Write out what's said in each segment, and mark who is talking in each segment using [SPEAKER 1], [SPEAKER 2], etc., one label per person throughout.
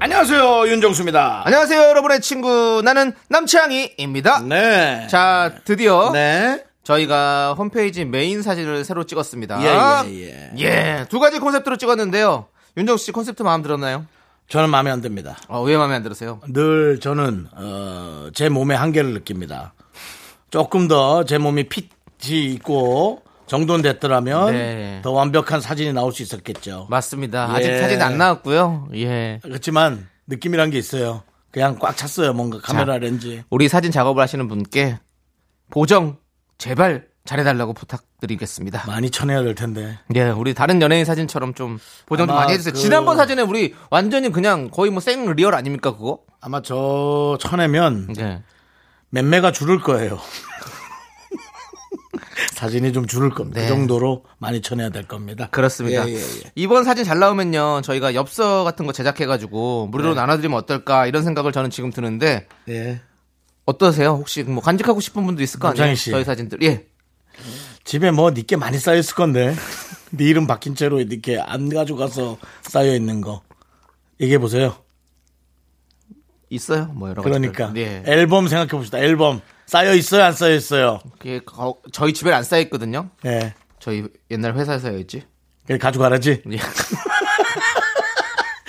[SPEAKER 1] 안녕하세요 윤정수입니다.
[SPEAKER 2] 안녕하세요, 여러분의 친구. 나는 남창희입니다.
[SPEAKER 1] 네.
[SPEAKER 2] 자, 드디어
[SPEAKER 1] 네.
[SPEAKER 2] 저희가 홈페이지 메인 사진을 새로 찍었습니다.
[SPEAKER 1] 예, 예, 예.
[SPEAKER 2] 예, 두 가지 콘셉트로 찍었는데요. 윤정수 씨 콘셉트 마음 들었나요?
[SPEAKER 1] 저는 마음에 안 듭니다.
[SPEAKER 2] 어, 왜 마음에 안 들었어요?
[SPEAKER 1] 늘 저는 어, 제 몸의 한계를 느낍니다. 조금 더 제 몸이 핏이 있고 정돈됐더라면
[SPEAKER 2] 네.
[SPEAKER 1] 더 완벽한 사진이 나올 수 있었겠죠.
[SPEAKER 2] 맞습니다.
[SPEAKER 1] 예.
[SPEAKER 2] 아직 사진 안 나왔고요. 예.
[SPEAKER 1] 그렇지만 느낌이란 게 있어요. 그냥 꽉 찼어요. 뭔가 카메라
[SPEAKER 2] 자.
[SPEAKER 1] 렌즈.
[SPEAKER 2] 우리 사진 작업을 하시는 분께 보정 제발 잘해달라고 부탁드리겠습니다.
[SPEAKER 1] 많이 쳐내야 될 텐데.
[SPEAKER 2] 예, 우리 다른 연예인 사진처럼 좀 보정 좀
[SPEAKER 1] 아마
[SPEAKER 2] 많이 해주세요.
[SPEAKER 1] 그-
[SPEAKER 2] 지난번 사진에 우리 완전히 그냥 거의 뭐 생 리얼 아닙니까 그거?
[SPEAKER 1] 아마 저 쳐내면
[SPEAKER 2] 네.
[SPEAKER 1] 맴매가 줄을 거예요. 사진이 좀 줄을 겁니다.
[SPEAKER 2] 네.
[SPEAKER 1] 그 정도로 많이 쳐내야 될 겁니다.
[SPEAKER 2] 그렇습니다.
[SPEAKER 1] 예, 예, 예.
[SPEAKER 2] 이번 사진 잘 나오면요, 저희가 엽서 같은 거 제작해가지고 무료로
[SPEAKER 1] 네.
[SPEAKER 2] 나눠드리면 어떨까 이런 생각을 저는 지금 드는데
[SPEAKER 1] 예.
[SPEAKER 2] 어떠세요? 혹시 뭐 간직하고 싶은 분도 있을 거 아니에요?
[SPEAKER 1] 남창희 씨.
[SPEAKER 2] 저희 사진들. 예.
[SPEAKER 1] 집에 뭐 니께 많이 쌓여있을 건데 네 이름 바뀐 채로 니께 안 가져가서 쌓여있는 거 얘기해보세요
[SPEAKER 2] 있어요. 뭐 여러 가지.
[SPEAKER 1] 그러니까
[SPEAKER 2] 예.
[SPEAKER 1] 앨범 생각해봅시다 앨범 쌓여있어요 안 쌓여있어요
[SPEAKER 2] 그게 거- 저희 집에 안 쌓여 있거든요.
[SPEAKER 1] 예.
[SPEAKER 2] 저희 옛날 회사에서 했지.
[SPEAKER 1] 그래, 가져가라지
[SPEAKER 2] 예.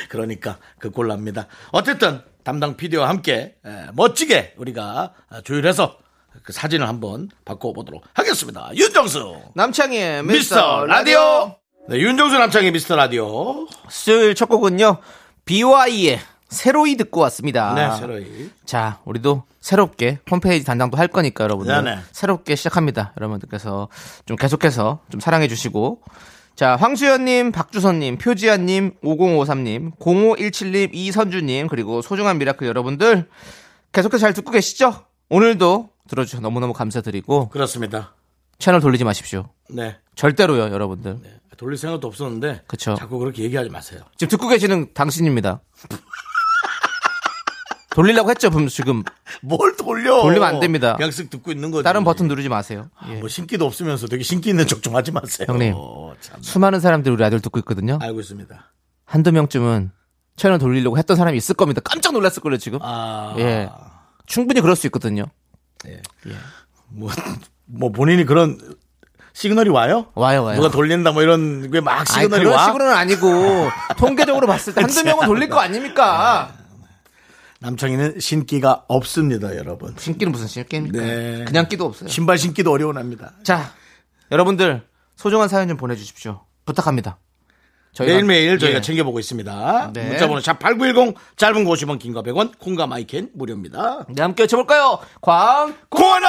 [SPEAKER 1] 그러니까 그 꼴납니다 어쨌든 담당 PD와 함께 예, 멋지게 우리가 조율해서 그 사진을 한번 바꿔보도록 하겠습니다 윤정수
[SPEAKER 2] 남창희의
[SPEAKER 1] 미스터 라디오 네, 윤정수 남창의 미스터 라디오
[SPEAKER 2] 수요일 첫 곡은요. BY의 새로이 듣고 왔습니다.
[SPEAKER 1] 네 새로이
[SPEAKER 2] 자, 우리도 새롭게 홈페이지 단장도 할 거니까 여러분들
[SPEAKER 1] 네네.
[SPEAKER 2] 새롭게 시작합니다. 여러분들께서 좀 계속해서 좀 사랑해 주시고 자, 황수연님, 박주선님, 표지아님, 5053님, 0517님, 이선주님, 그리고 소중한 미라클 여러분들 계속해서 잘 듣고 계시죠? 오늘도 들어주셔서 너무너무 감사드리고
[SPEAKER 1] 그렇습니다
[SPEAKER 2] 채널 돌리지 마십시오.
[SPEAKER 1] 네
[SPEAKER 2] 절대로요, 여러분들.
[SPEAKER 1] 예, 돌릴 생각도 없었는데
[SPEAKER 2] 그쵸.
[SPEAKER 1] 자꾸 그렇게 얘기하지 마세요.
[SPEAKER 2] 지금 듣고 계시는 당신입니다. 돌리려고 했죠, 분- 지금.
[SPEAKER 1] 뭘 돌려?
[SPEAKER 2] 돌리면 안 됩니다.
[SPEAKER 1] 그냥 쓱 듣고 있는 거지.
[SPEAKER 2] 다른 버튼 누르지 마세요. 예.
[SPEAKER 1] 뭐 신기도 없으면서 되게 신기 있는 척 좀 하지 마세요.
[SPEAKER 2] 형님.
[SPEAKER 1] 어, 참.
[SPEAKER 2] 수많은 사람들이 우리 아들 듣고 있거든요.
[SPEAKER 1] 알고 있습니다.
[SPEAKER 2] 한두 명쯤은 채널 돌리려고 했던 사람이 있을 겁니다. 깜짝 놀랐을 거예요, 지금.
[SPEAKER 1] 아,
[SPEAKER 2] 예. 충분히 그럴 수 있거든요.
[SPEAKER 1] 뭐, 뭐 본인이 그런 시그널이 와요?
[SPEAKER 2] 와요, 와요.
[SPEAKER 1] 누가 돌린다 뭐 이런 게 막
[SPEAKER 2] 아니,
[SPEAKER 1] 시그널이
[SPEAKER 2] 그런
[SPEAKER 1] 와?
[SPEAKER 2] 식으로는 아니고 통계적으로 봤을 때 한두 명은 돌릴 거 아닙니까?
[SPEAKER 1] 남창희는 신기가 없습니다, 여러분.
[SPEAKER 2] 신기는 무슨 신기입니까?
[SPEAKER 1] 네.
[SPEAKER 2] 그냥 끼도 없어요.
[SPEAKER 1] 신발 신기도 어려운 합니다.
[SPEAKER 2] 자, 여러분들 소중한 사연 좀 보내주십시오. 부탁합니다. 저희가-
[SPEAKER 1] 매일매일 저희가
[SPEAKER 2] 예.
[SPEAKER 1] 챙겨보고 있습니다.
[SPEAKER 2] 네.
[SPEAKER 1] 문자번호 샵8910 짧은 거 50원 긴 거 100원 콩과 마이켄 무료입니다.
[SPEAKER 2] 네, 함께 외쳐볼까요? 광
[SPEAKER 1] 코너!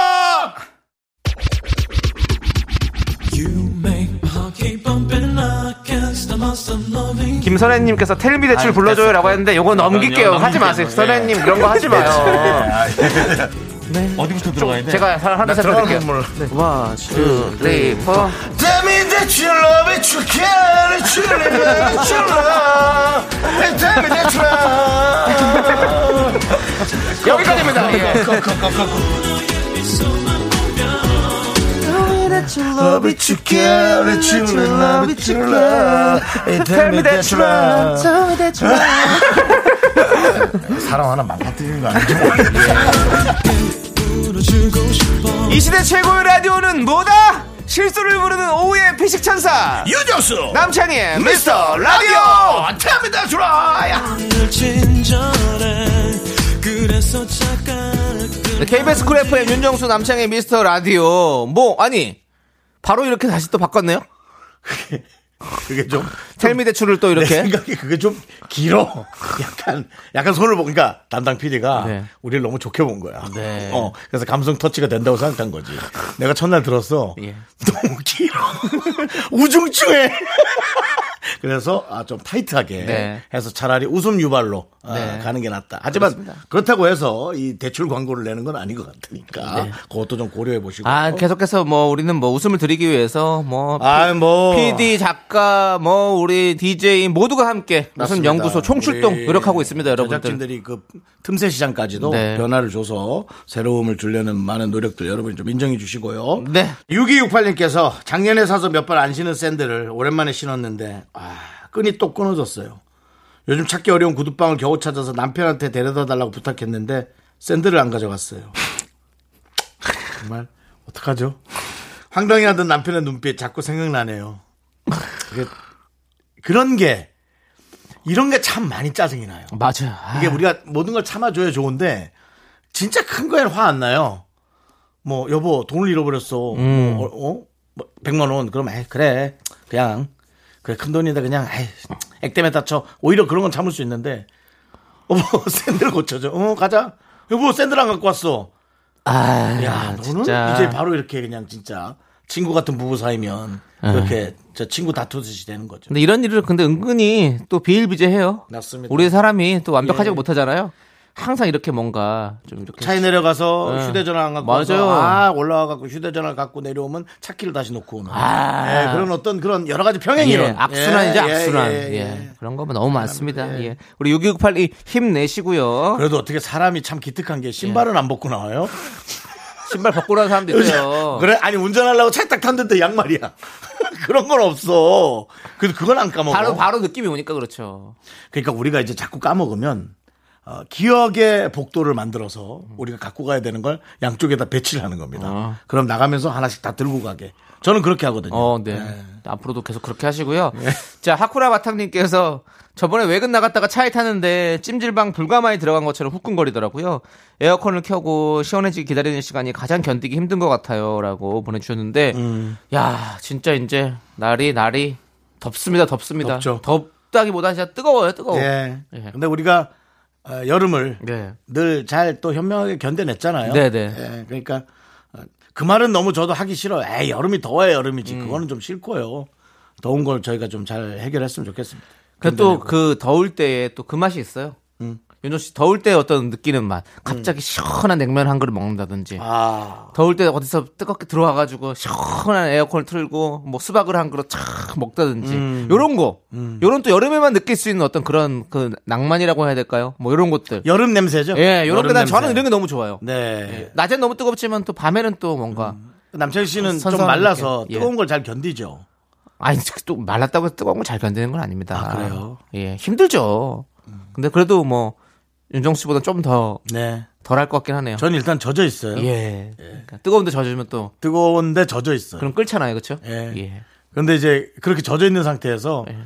[SPEAKER 2] 김선혜님께서 텔미 대출 불러줘요라고 했는데
[SPEAKER 1] 아,
[SPEAKER 2] 요거 넘길게요. 하지 마세요, 선혜님 이런 거
[SPEAKER 1] 네.
[SPEAKER 2] 하지 마요.
[SPEAKER 1] 아, 예.
[SPEAKER 2] 네.
[SPEAKER 3] 어디부터 들어가야 돼?
[SPEAKER 2] 제가 하나 씩
[SPEAKER 1] 들어가는
[SPEAKER 2] 드릴게요. 네.
[SPEAKER 1] 건물. 네.
[SPEAKER 2] 음, 원, 투, 쓰리, 포.
[SPEAKER 1] Tell me that you love it, you care it, you live it, you love it. Tell me that you love it.
[SPEAKER 2] 여기까지입니다. 예.
[SPEAKER 1] Love it, you care it, you love it, you love it. Tell me that you love it.
[SPEAKER 3] 사람 하나 망가뜨리는 거 아니죠?
[SPEAKER 2] 이 시대 최고의 라디오는 뭐다? 실수를 부르는 오후의 피식천사
[SPEAKER 1] 유정수
[SPEAKER 2] 남창희의 미스터
[SPEAKER 1] 라디오
[SPEAKER 2] 라디오.
[SPEAKER 1] Tell me that you love it.
[SPEAKER 2] 네, KBS 쿨 FM 윤정수 남창의 미스터 라디오 뭐 아니 바로 이렇게 다시 또 바꿨네요.
[SPEAKER 1] 그게 좀
[SPEAKER 2] 텔미 대출을 또
[SPEAKER 1] 내
[SPEAKER 2] 이렇게
[SPEAKER 1] 네, 생각에 그게 좀 길어. 약간, 약간 손을 보니까 그러니까 담당 PD가
[SPEAKER 2] 네.
[SPEAKER 1] 우리를 너무 좋게 본 거야.
[SPEAKER 2] 네.
[SPEAKER 1] 어, 그래서 감성 터치가 된다고 생각한 거지. 내가 첫날 들었어.
[SPEAKER 2] 예.
[SPEAKER 1] 너무 길어. 우중충해. 그래서 아, 좀 타이트하게
[SPEAKER 2] 네.
[SPEAKER 1] 해서 차라리 웃음 유발로 아,
[SPEAKER 2] 네.
[SPEAKER 1] 가는 게 낫다. 하지만
[SPEAKER 2] 그렇습니다.
[SPEAKER 1] 그렇다고 해서 이 대출 광고를 내는 건 아닌 것 같으니까 그것도 좀 고려해 보시고.
[SPEAKER 2] 네. 아, 계속해서 뭐 우리는 뭐 웃음을 드리기 위해서 뭐
[SPEAKER 1] 아, 뭐
[SPEAKER 2] PD 작가 뭐 우리 DJ 모두가 함께 무슨
[SPEAKER 1] 맞습니다.
[SPEAKER 2] 연구소 총출동
[SPEAKER 1] 우리
[SPEAKER 2] 노력하고 있습니다, 여러분들.
[SPEAKER 1] 제작진들이 그 틈새 시장까지도
[SPEAKER 2] 네.
[SPEAKER 1] 변화를 줘서 새로움을 주려는 많은 노력들 여러분 좀 인정해 주시고요.
[SPEAKER 2] 네.
[SPEAKER 1] 6268님께서 작년에 사서 몇 번 안 신은 샌들을 오랜만에 신었는데 아, 끈이 또 끊어졌어요. 요즘 찾기 어려운 구두방을 겨우 찾아서 남편한테 데려다 달라고 부탁했는데 샌들을 안 가져갔어요. 정말 어떡하죠? 황당해하던 남편의 눈빛 자꾸 생각나네요. 그게 그런 게 이런 게 참 많이 짜증이 나요.
[SPEAKER 2] 맞아요. 아,
[SPEAKER 1] 이게 우리가 모든 걸 참아줘야 좋은데 진짜 큰 거엔 화 안 나요. 뭐 여보 돈을 잃어버렸어.
[SPEAKER 2] 음.
[SPEAKER 1] 뭐, 어? 어? 뭐, 100만 원 그럼 에 그래 그냥 그래 큰 돈인데 그냥 에이 액땜에 다쳐 오히려 그런 건 참을 수 있는데 어머 샌들 고쳐줘. 어 가자. 여보 샌들 안 갖고 왔어.
[SPEAKER 2] 아,
[SPEAKER 1] 야 너는
[SPEAKER 2] 진짜.
[SPEAKER 1] 이제 바로 이렇게 그냥 진짜 친구 같은 부부 사이면 그렇게 저 친구 다투듯이 되는 거죠.
[SPEAKER 2] 근데 이런 일을 근데 은근히 또 비일비재해요.
[SPEAKER 1] 맞습니다. 예.
[SPEAKER 2] 우리 사람이 또 완벽하지 가 못하잖아요. 항상 이렇게 뭔가 좀 이렇게
[SPEAKER 1] 차에 내려가서
[SPEAKER 2] 네.
[SPEAKER 1] 휴대전화 안 갖고
[SPEAKER 2] 맞아요.
[SPEAKER 1] 와서 아 올라와 갖고 휴대전화 갖고 내려오면 차키를 다시 놓고 오는
[SPEAKER 2] 아.
[SPEAKER 1] 예, 그런 어떤 그런 여러 가지 평행이
[SPEAKER 2] 예,
[SPEAKER 1] 이런
[SPEAKER 2] 악순환이죠,
[SPEAKER 1] 예,
[SPEAKER 2] 악순환.
[SPEAKER 1] 예,
[SPEAKER 2] 예,
[SPEAKER 1] 예, 예.
[SPEAKER 2] 그런 거면 너무 많습니다. 예. 우리 6268이 힘내시고요.
[SPEAKER 1] 그래도 어떻게 사람이 참 기특한 게
[SPEAKER 2] 예.
[SPEAKER 1] 신발은 안 벗고 나와요?
[SPEAKER 2] 신발 벗고 나는 사람도 있어요.
[SPEAKER 1] 그래 아니 운전하려고 찰딱 탔는데 양말이야. 그런 건 없어. 그 그건 안 까먹어.
[SPEAKER 2] 바로 바로 느낌이 오니까 그렇죠.
[SPEAKER 1] 그러니까 우리가 이제 자꾸 까먹으면 어, 기억의 복도를 만들어서
[SPEAKER 2] 음.
[SPEAKER 1] 우리가 갖고 가야 되는 걸 양쪽에다 배치를 하는 겁니다. 그럼 나가면서 하나씩 다 들고 가게. 저는 그렇게 하거든요.
[SPEAKER 2] 어, 네. 앞으로도 계속 그렇게 하시고요. 자, 하쿠라 바탕님께서 저번에 외근 나갔다가 차에 타는데 찜질방 불가마에 들어간 것처럼 후끈거리더라고요. 에어컨을 켜고 시원해지기 기다리는 시간이 가장 견디기 힘든 것 같아요. 라고 보내주셨는데, 야, 진짜 이제 날이, 날이 덥습니다, 덥습니다.
[SPEAKER 1] 덥죠.
[SPEAKER 2] 다기보다 진짜 뜨거워요, 뜨거워.
[SPEAKER 1] 예.
[SPEAKER 2] 예.
[SPEAKER 1] 근데 우리가 어, 여름을
[SPEAKER 2] 네.
[SPEAKER 1] 늘 잘 또 현명하게 견뎌냈잖아요.
[SPEAKER 2] 네, 네.
[SPEAKER 1] 예, 그러니까 어, 그 말은 너무 저도 하기 싫어요. 에이, 여름이 더워야
[SPEAKER 2] 음.
[SPEAKER 1] 여름이지. 그거는 좀 싫고요. 더운 걸 저희가 좀 잘 해결했으면 좋겠습니다.
[SPEAKER 2] 그래 또그 더울 때에 또 그 맛이 있어요. 윤종 씨 더울 때 어떤 느끼는 맛. 갑자기 시원한 냉면 한 그릇 먹는다든지.
[SPEAKER 1] 아,
[SPEAKER 2] 더울 때 어디서 뜨겁게 들어와가지고 시원한 에어컨을 틀고 뭐 수박을 한 그릇 착 먹다든지
[SPEAKER 1] 음.
[SPEAKER 2] 요런 거 요런 또 여름에만 느낄 수 있는 어떤 그런 그 낭만이라고 해야 될까요 뭐 요런 것들
[SPEAKER 1] 여름 냄새죠?
[SPEAKER 2] 예 요런
[SPEAKER 1] 여름
[SPEAKER 2] 게난
[SPEAKER 1] 냄새.
[SPEAKER 2] 저는 이런 게 너무 좋아요
[SPEAKER 1] 네. 음.
[SPEAKER 2] 낮엔 너무 뜨겁지만 또 밤에는 또 뭔가
[SPEAKER 1] 남철 씨는 좀
[SPEAKER 2] 선선한
[SPEAKER 1] 말라서
[SPEAKER 2] 느낌. 예.
[SPEAKER 1] 뜨거운 걸 잘 견디죠.
[SPEAKER 2] 아니 또 말랐다고 해서 뜨거운 걸 잘 견디는 건 아닙니다
[SPEAKER 1] 아, 그래요? 음.
[SPEAKER 2] 예 힘들죠 근데 그래도 뭐 윤정 씨보다 좀 더
[SPEAKER 1] 네.
[SPEAKER 2] 덜 할 것 같긴 하네요
[SPEAKER 1] 전 일단 젖어 있어요.
[SPEAKER 2] 예, 그러니까 뜨거운데 젖으면 또
[SPEAKER 1] 뜨거운데 젖어 있어요.
[SPEAKER 2] 그럼 끓잖아요 그렇죠
[SPEAKER 1] 네. 예.
[SPEAKER 2] 예.
[SPEAKER 1] 그런데 이제 그렇게 젖어 있는 상태에서
[SPEAKER 2] 예.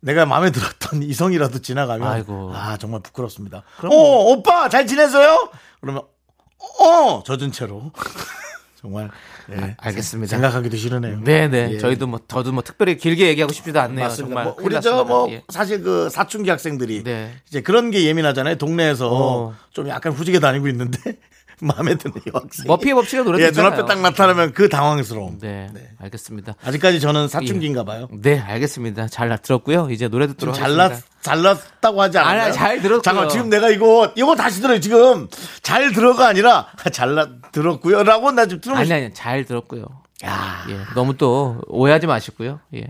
[SPEAKER 1] 내가 마음에 들었던 이성이라도 지나가면
[SPEAKER 2] 아이고.
[SPEAKER 1] 아, 정말 부끄럽습니다. 어
[SPEAKER 2] 그럼 뭐.
[SPEAKER 1] 오빠 잘 지내세요? 그러면 어 젖은 채로 정말 예,
[SPEAKER 2] 알겠습니다
[SPEAKER 1] 생각하기도 싫으네요.
[SPEAKER 2] 아, 네네.
[SPEAKER 1] 예.
[SPEAKER 2] 저희도 뭐 저도 뭐 특별히 길게 얘기하고 싶지도 않네요.
[SPEAKER 1] 맞습니다.
[SPEAKER 2] 정말
[SPEAKER 1] 뭐
[SPEAKER 2] 큰일
[SPEAKER 1] 우리 저
[SPEAKER 2] 났습니다.
[SPEAKER 1] 뭐
[SPEAKER 2] 예.
[SPEAKER 1] 사실 그 사춘기 학생들이
[SPEAKER 2] 네.
[SPEAKER 1] 이제 그런 게 예민하잖아요. 동네에서
[SPEAKER 2] 어.
[SPEAKER 1] 좀 약간 후지게 다니고 있는데 마음에 드는 여학생.
[SPEAKER 2] 머피의 법칙의 노래도
[SPEAKER 1] 예,
[SPEAKER 2] 있잖아요.
[SPEAKER 1] 눈앞에 딱 나타나면 그 당황스러움.
[SPEAKER 2] 네, 알겠습니다.
[SPEAKER 1] 아직까지 저는 사춘기인가 봐요.
[SPEAKER 2] 네, 알겠습니다. 잘 들었고요. 이제 노래
[SPEAKER 1] 좀
[SPEAKER 2] 듣도록
[SPEAKER 1] 잘났
[SPEAKER 2] 하겠습니다.
[SPEAKER 1] 잘났다고 하지 않아요?
[SPEAKER 2] 아니, 잘 들었고요.
[SPEAKER 1] 잠깐 지금 내가 이거 이거 다시 들어요. 지금 잘 들어가 아니라 잘났 들었고요라고 나 지금 들어.
[SPEAKER 2] 아니 아니, 잘 들었고요. 예, 너무 또 오해하지 마시고요. 예.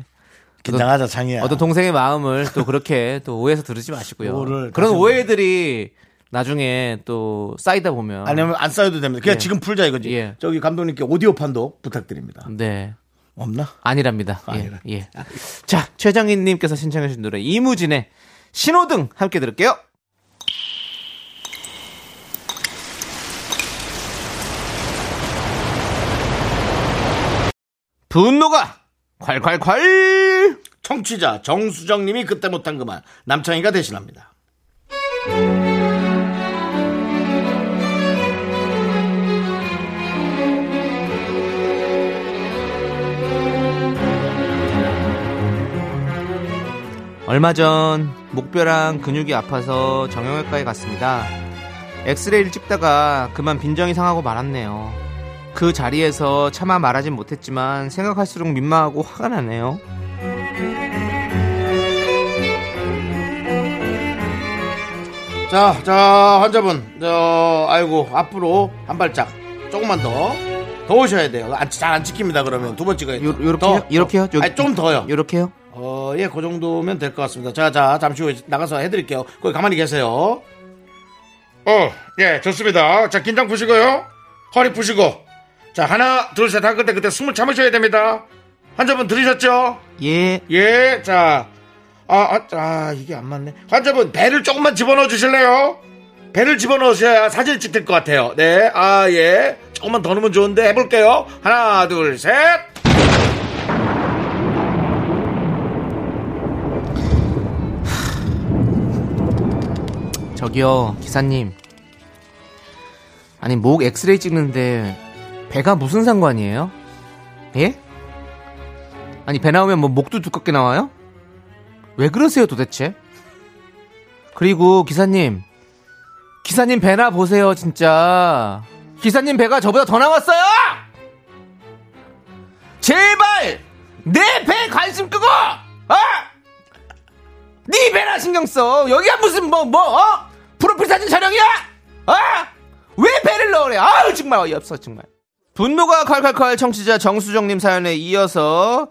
[SPEAKER 1] 긴장하자 창이야.
[SPEAKER 2] 어떤 동생의 마음을 또 그렇게 또 오해해서 들으지 마시고요.
[SPEAKER 1] 요거를
[SPEAKER 2] 그런
[SPEAKER 1] 다시
[SPEAKER 2] 오해들이 나중에 또 쌓이다 보면
[SPEAKER 1] 아니면 안 쌓여도 됩니다. 그냥
[SPEAKER 2] 예.
[SPEAKER 1] 지금 풀자 이거지.
[SPEAKER 2] 예.
[SPEAKER 1] 저기 감독님께 오디오 판도 부탁드립니다.
[SPEAKER 2] 네.
[SPEAKER 1] 없나?
[SPEAKER 2] 아니랍니다. 예,
[SPEAKER 1] 아니라.
[SPEAKER 2] 예. 자, 최정인 님께서 신청해 주신 노래 이무진의 신호등 함께 들을게요. 분노가 콸콸콸!
[SPEAKER 1] 청취자 정수정님이 그때 못한 그 말 남창희가 대신합니다.
[SPEAKER 2] 얼마 전 목뼈랑 근육이 아파서 정형외과에 갔습니다. 엑스레이를 찍다가 그만 빈정이 상하고 말았네요. 그 자리에서 차마 말하진 못했지만 생각할수록 민망하고 화가 나네요.
[SPEAKER 1] 자, 자, 환자분. 저, 아이고, 앞으로 한 발짝. 조금만 더. 더 오셔야 돼요. 안, 잘안 찍힙니다, 그러면. 두 번 찍어야 돼요.
[SPEAKER 2] 요,
[SPEAKER 1] 더.
[SPEAKER 2] 요렇게요? 이렇게요? 요-
[SPEAKER 1] 아니, 좀 더요.
[SPEAKER 2] 요렇게요?
[SPEAKER 1] 어, 예, 그 정도면 될 것 같습니다. 자, 자, 잠시 후에 나가서 해드릴게요. 거기 가만히 계세요. 어, 예, 좋습니다. 자, 긴장 푸시고요. 허리 푸시고. 자, 하나, 둘, 셋, 한 그때 그때 숨을 참으셔야 됩니다. 환자분 들으셨죠?
[SPEAKER 2] 예.
[SPEAKER 1] 예, 자. 아, 아, 아, 이게 안 맞네. 환자분, 배를 조금만 집어넣어 주실래요? 배를 집어넣으셔야 사진 찍힐 것 같아요. 네, 아, 예. 조금만 더 넣으면 좋은데 해볼게요. 하나, 둘, 셋.
[SPEAKER 2] 저기요, 기사님. 아니, 목 엑스레이 찍는데 배가 무슨 상관이에요? 예? 아니, 배 나오면 뭐 목도 두껍게 나와요? 왜 그러세요, 도대체? 그리고 기사님. 기사님 배나 보세요, 진짜. 기사님 배가 저보다 더 나왔어요! 제발! 내 배 관심 끄고! 아! 네 배나 신경 써. 여기가 무슨 뭐 뭐 어? 프로필 사진 촬영이야? 아? 왜 배를 넣으래? 아유 정말 어이없어 정말. 분노가 칼칼칼 청취자 정수정님 사연에 이어서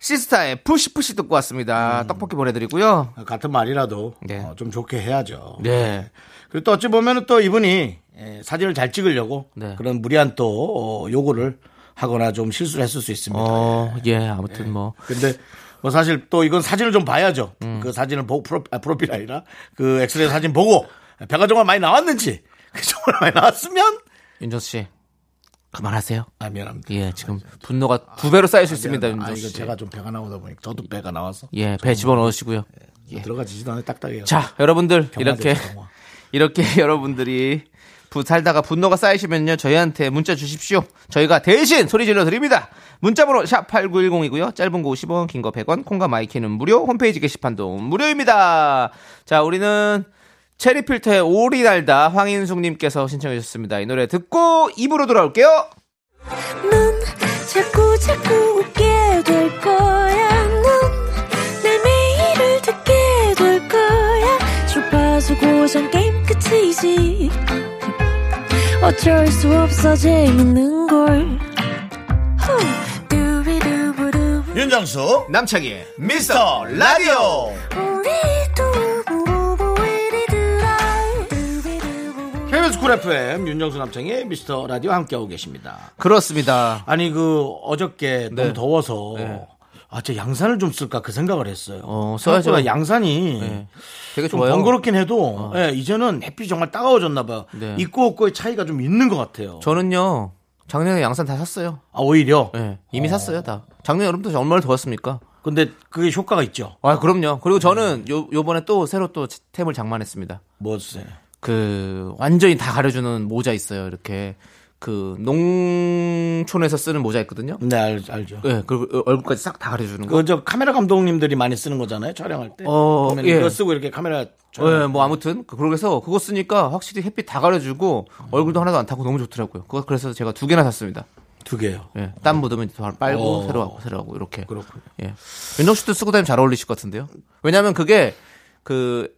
[SPEAKER 2] 시스타의 푸시푸시 듣고 왔습니다. 떡볶이 보내드리고요.
[SPEAKER 1] 같은 말이라도
[SPEAKER 2] 네.
[SPEAKER 1] 어, 좀 좋게 해야죠.
[SPEAKER 2] 네.
[SPEAKER 1] 그리고 또 어찌 보면 또 이분이 예, 사진을 잘 찍으려고
[SPEAKER 2] 네.
[SPEAKER 1] 그런 무리한 또 어, 요구를 하거나 좀 실수를 했을 수 있습니다.
[SPEAKER 2] 어, 예, 아무튼 뭐.
[SPEAKER 1] 근데 뭐 사실 또 이건 사진을 좀 봐야죠.
[SPEAKER 2] 음.
[SPEAKER 1] 그 사진을 보 프로, 아, 프로필 아니라 그 엑스레이 사진 보고 배가 정말 많이 나왔는지 그 정말 많이 나왔으면
[SPEAKER 2] 윤정수 씨. 그만하세요.
[SPEAKER 1] 아 미안합니다.
[SPEAKER 2] 예, 지금 분노가 두 배로 쌓일 수 있습니다,
[SPEAKER 1] 아
[SPEAKER 2] 윤정수
[SPEAKER 1] 이거
[SPEAKER 2] 씨.
[SPEAKER 1] 제가 좀 배가 나오다 보니까 저도 배가 나와서
[SPEAKER 2] 예, 배 집어넣으시고요.
[SPEAKER 1] 들어가지지도 않아 딱딱해요.
[SPEAKER 2] 예. 자, 여러분들
[SPEAKER 1] 경화죠,
[SPEAKER 2] 이렇게
[SPEAKER 1] 경화.
[SPEAKER 2] 이렇게 여러분들이 부- 살다가 분노가 쌓이시면요 저희한테 문자 주십시오. 저희가 대신 소리 질러 드립니다. 문자번호 샵 #8910이고요. 짧은 거 50원, 긴 거 100원, 콩과 마이키는 무료. 홈페이지 게시판도 무료입니다. 자, 우리는 체리 필터의 오리 달다 황인숙님께서 신청해 주셨습니다. 이 노래 듣고 입으로 돌아올게요.
[SPEAKER 4] 넌 자꾸 자꾸 웃게 될 거야. 넌내 매일을 듣게 될 거야. 주파수 고정 게임 끝이지. 어쩔 수 없어 재밌는 걸. 후. 두비두부두.
[SPEAKER 3] 윤정수
[SPEAKER 2] 남창희의
[SPEAKER 3] 미스터 라디오
[SPEAKER 4] 우리 두부부부 우리 두라. 두비두부부.
[SPEAKER 1] KBS 쿨 FM 윤정수 남창의 미스터 라디오 함께하고 계십니다.
[SPEAKER 2] 그렇습니다.
[SPEAKER 1] 아니 그 어저께
[SPEAKER 2] 네.
[SPEAKER 1] 너무 더워서
[SPEAKER 2] 네.
[SPEAKER 1] 아, 저 양산을 좀 쓸까 그 생각을 했어요.
[SPEAKER 2] 어, 써야죠.
[SPEAKER 1] 생각보다 양산이
[SPEAKER 2] 네. 되게
[SPEAKER 1] 음. 좀
[SPEAKER 2] 좋아요. 어.
[SPEAKER 1] 번거롭긴 해도 예, 이제는 햇빛이 정말 따가워졌나 봐요.
[SPEAKER 2] 네.
[SPEAKER 1] 입고 없고의 차이가 좀 있는 것 같아요.
[SPEAKER 2] 저는요 작년에 양산 다 샀어요.
[SPEAKER 1] 아, 오히려.
[SPEAKER 2] 예, 이미 샀어요 다. 작년 여름부터 얼마나 더웠습니까?
[SPEAKER 1] 근데 그게 효과가 있죠.
[SPEAKER 2] 아, 그럼요. 그리고 저는
[SPEAKER 1] 네.
[SPEAKER 2] 요, 요번에 또 새로 또 템을 장만했습니다.
[SPEAKER 1] 뭐 쓰세요?
[SPEAKER 2] 그, 완전히 다 가려주는 모자 있어요. 이렇게. 그, 농촌에서 쓰는 모자 있거든요.
[SPEAKER 1] 네, 알, 알죠.
[SPEAKER 2] 예, 그리고 얼굴까지 싹 다 가려주는 거.
[SPEAKER 1] 그 저 카메라 감독님들이 많이 쓰는 거잖아요. 촬영할 때.
[SPEAKER 2] 어,
[SPEAKER 1] 보면
[SPEAKER 2] 예.
[SPEAKER 1] 이거 쓰고 이렇게 카메라
[SPEAKER 2] 예, 뭐 아무튼. 그- 그래서 그거 쓰니까 확실히 햇빛 다 가려주고 얼굴도 하나도 안 타고 너무 좋더라고요. 그거 그래서 제가 두 개나 샀습니다.
[SPEAKER 1] 두 개요.
[SPEAKER 2] 예, 땀 묻으면 또 빨고
[SPEAKER 1] 어.
[SPEAKER 2] 새로 하고 새로 하고 이렇게.
[SPEAKER 1] 그렇군요.
[SPEAKER 2] 예. 윤정 씨도 쓰고 다니면 잘 어울리실 것 같은데요. 왜냐면 그게 그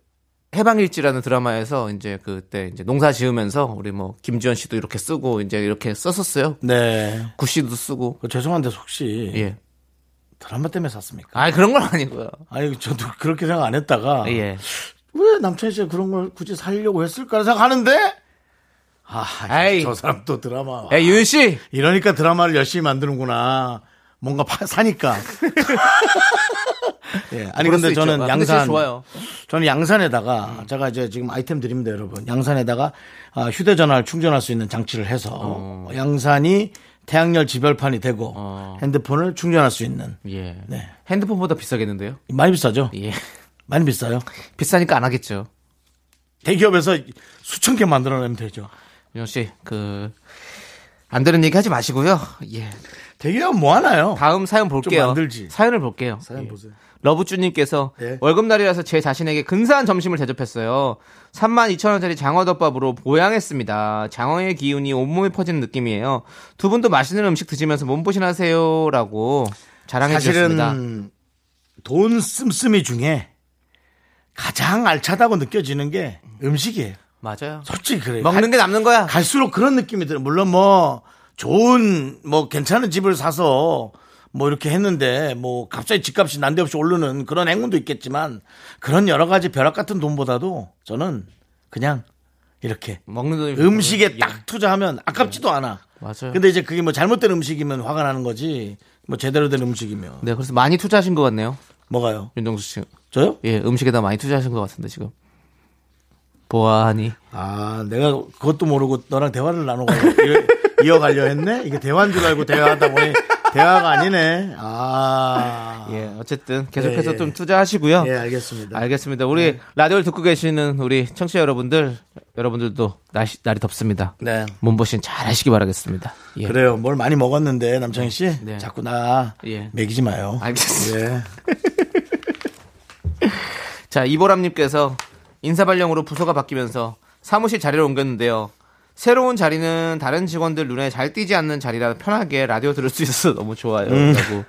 [SPEAKER 2] 해방일지라는 드라마에서 이제 그때 이제 농사 지으면서 우리 뭐 김지현 씨도 이렇게 쓰고 이제 이렇게 썼었어요.
[SPEAKER 1] 네.
[SPEAKER 2] 구 씨도 쓰고.
[SPEAKER 1] 그 죄송한데 혹시
[SPEAKER 2] 예.
[SPEAKER 1] 드라마 때문에 샀습니까?
[SPEAKER 2] 아 그런 건 아니고요.
[SPEAKER 1] 아니 저도 그렇게 생각 안 했다가
[SPEAKER 2] 예.
[SPEAKER 1] 왜 남창희 씨가 그런 걸 굳이 살려고 했을까 생각하는데 아,
[SPEAKER 2] 아이.
[SPEAKER 1] 저 사람 또 드라마
[SPEAKER 2] 예, 윤 씨.
[SPEAKER 1] 이러니까 드라마를 열심히 만드는구나. 뭔가 파, 사니까. 예, 아니
[SPEAKER 2] 그럴
[SPEAKER 1] 근데
[SPEAKER 2] 수 있죠.
[SPEAKER 1] 저는
[SPEAKER 2] 아, 근데 진짜
[SPEAKER 1] 양산
[SPEAKER 2] 좋아요. 음.
[SPEAKER 1] 저는 양산에다가 제가 이제 지금 아이템 드립니다, 여러분. 양산에다가 아, 휴대전화를 충전할 수 있는 장치를 해서
[SPEAKER 2] 어.
[SPEAKER 1] 양산이 태양열 지별판이 되고 핸드폰을 충전할 수 있는
[SPEAKER 2] 예.
[SPEAKER 1] 네.
[SPEAKER 2] 핸드폰보다 비싸겠는데요.
[SPEAKER 1] 많이 비싸죠?
[SPEAKER 2] 예.
[SPEAKER 1] 많이 비싸요.
[SPEAKER 2] 비싸니까 안 하겠죠.
[SPEAKER 1] 대기업에서 수천 개 만들어내면 되죠.
[SPEAKER 2] 윤정 씨, 그. 안 되는 얘기 하지 마시고요. 예.
[SPEAKER 1] 대기업 뭐 하나요?
[SPEAKER 2] 다음 사연 볼게요.
[SPEAKER 1] 만들지.
[SPEAKER 2] 사연을 볼게요.
[SPEAKER 1] 사연
[SPEAKER 2] 예.
[SPEAKER 1] 보세요.
[SPEAKER 2] 러브쭈님께서
[SPEAKER 1] 네.
[SPEAKER 2] 월급날이라서 제 자신에게 근사한 점심을 대접했어요. 3만 2천 원짜리 장어덮밥으로 보양했습니다. 장어의 기운이 온몸에 퍼지는 느낌이에요. 두 분도 맛있는 음식 드시면서 몸보신하세요라고 자랑해 주셨습니다.
[SPEAKER 1] 사실은 돈 씀씀이 중에 가장 알차다고 느껴지는 게 음식이에요.
[SPEAKER 2] 맞아요.
[SPEAKER 1] 솔직히 그래요.
[SPEAKER 2] 먹는 게 남는 거야.
[SPEAKER 1] 갈수록 그런 느낌이 들어요. 물론 뭐 좋은 뭐 괜찮은 집을 사서 뭐 이렇게 했는데 뭐 갑자기 집값이 난데없이 오르는 그런 행운도 있겠지만 그런 여러 가지 벼락 같은 돈보다도 저는 그냥 이렇게
[SPEAKER 2] 먹는 돈이
[SPEAKER 1] 그 음식에 딱 투자하면 아깝지도 않아.
[SPEAKER 2] 예. 맞아요.
[SPEAKER 1] 근데 이제 그게 뭐 잘못된 음식이면 화가 나는 거지. 뭐 제대로 된 음식이면
[SPEAKER 2] 네, 그래서 많이 투자하신 것 같네요.
[SPEAKER 1] 뭐가요?
[SPEAKER 2] 윤정수 씨.
[SPEAKER 1] 저요?
[SPEAKER 2] 예, 음식에다 많이 투자하신 것 같은데 지금. 보아하니.
[SPEAKER 1] 아, 내가 그것도 모르고 너랑 대화를 나누고 이어- 이어가려 했네? 이게 대화인 줄 알고 대화하다 보니 대화가 아니네. 아.
[SPEAKER 2] 예, 어쨌든 계속해서
[SPEAKER 1] 예, 예.
[SPEAKER 2] 좀 투자하시고요.
[SPEAKER 1] 예, 알겠습니다.
[SPEAKER 2] 알겠습니다. 우리
[SPEAKER 1] 네.
[SPEAKER 2] 라디오를 듣고 계시는 우리 청취자 여러분들, 여러분들도 날씨, 날이 덥습니다.
[SPEAKER 1] 네.
[SPEAKER 2] 몸보신 잘 하시기 바라겠습니다. 예.
[SPEAKER 1] 그래요. 뭘 많이 먹었는데, 남창희 씨.
[SPEAKER 2] 네.
[SPEAKER 1] 자꾸 나
[SPEAKER 2] 예.
[SPEAKER 1] 먹이지 마요.
[SPEAKER 2] 알겠습니다.
[SPEAKER 1] 예.
[SPEAKER 2] 자, 이보람님께서 인사발령으로 부서가 바뀌면서 사무실 자리를 옮겼는데요. 새로운 자리는 다른 직원들 눈에 잘 띄지 않는 자리라 편하게 라디오 들을 수 있어서 너무 좋아요.
[SPEAKER 1] 음.
[SPEAKER 2] 라고.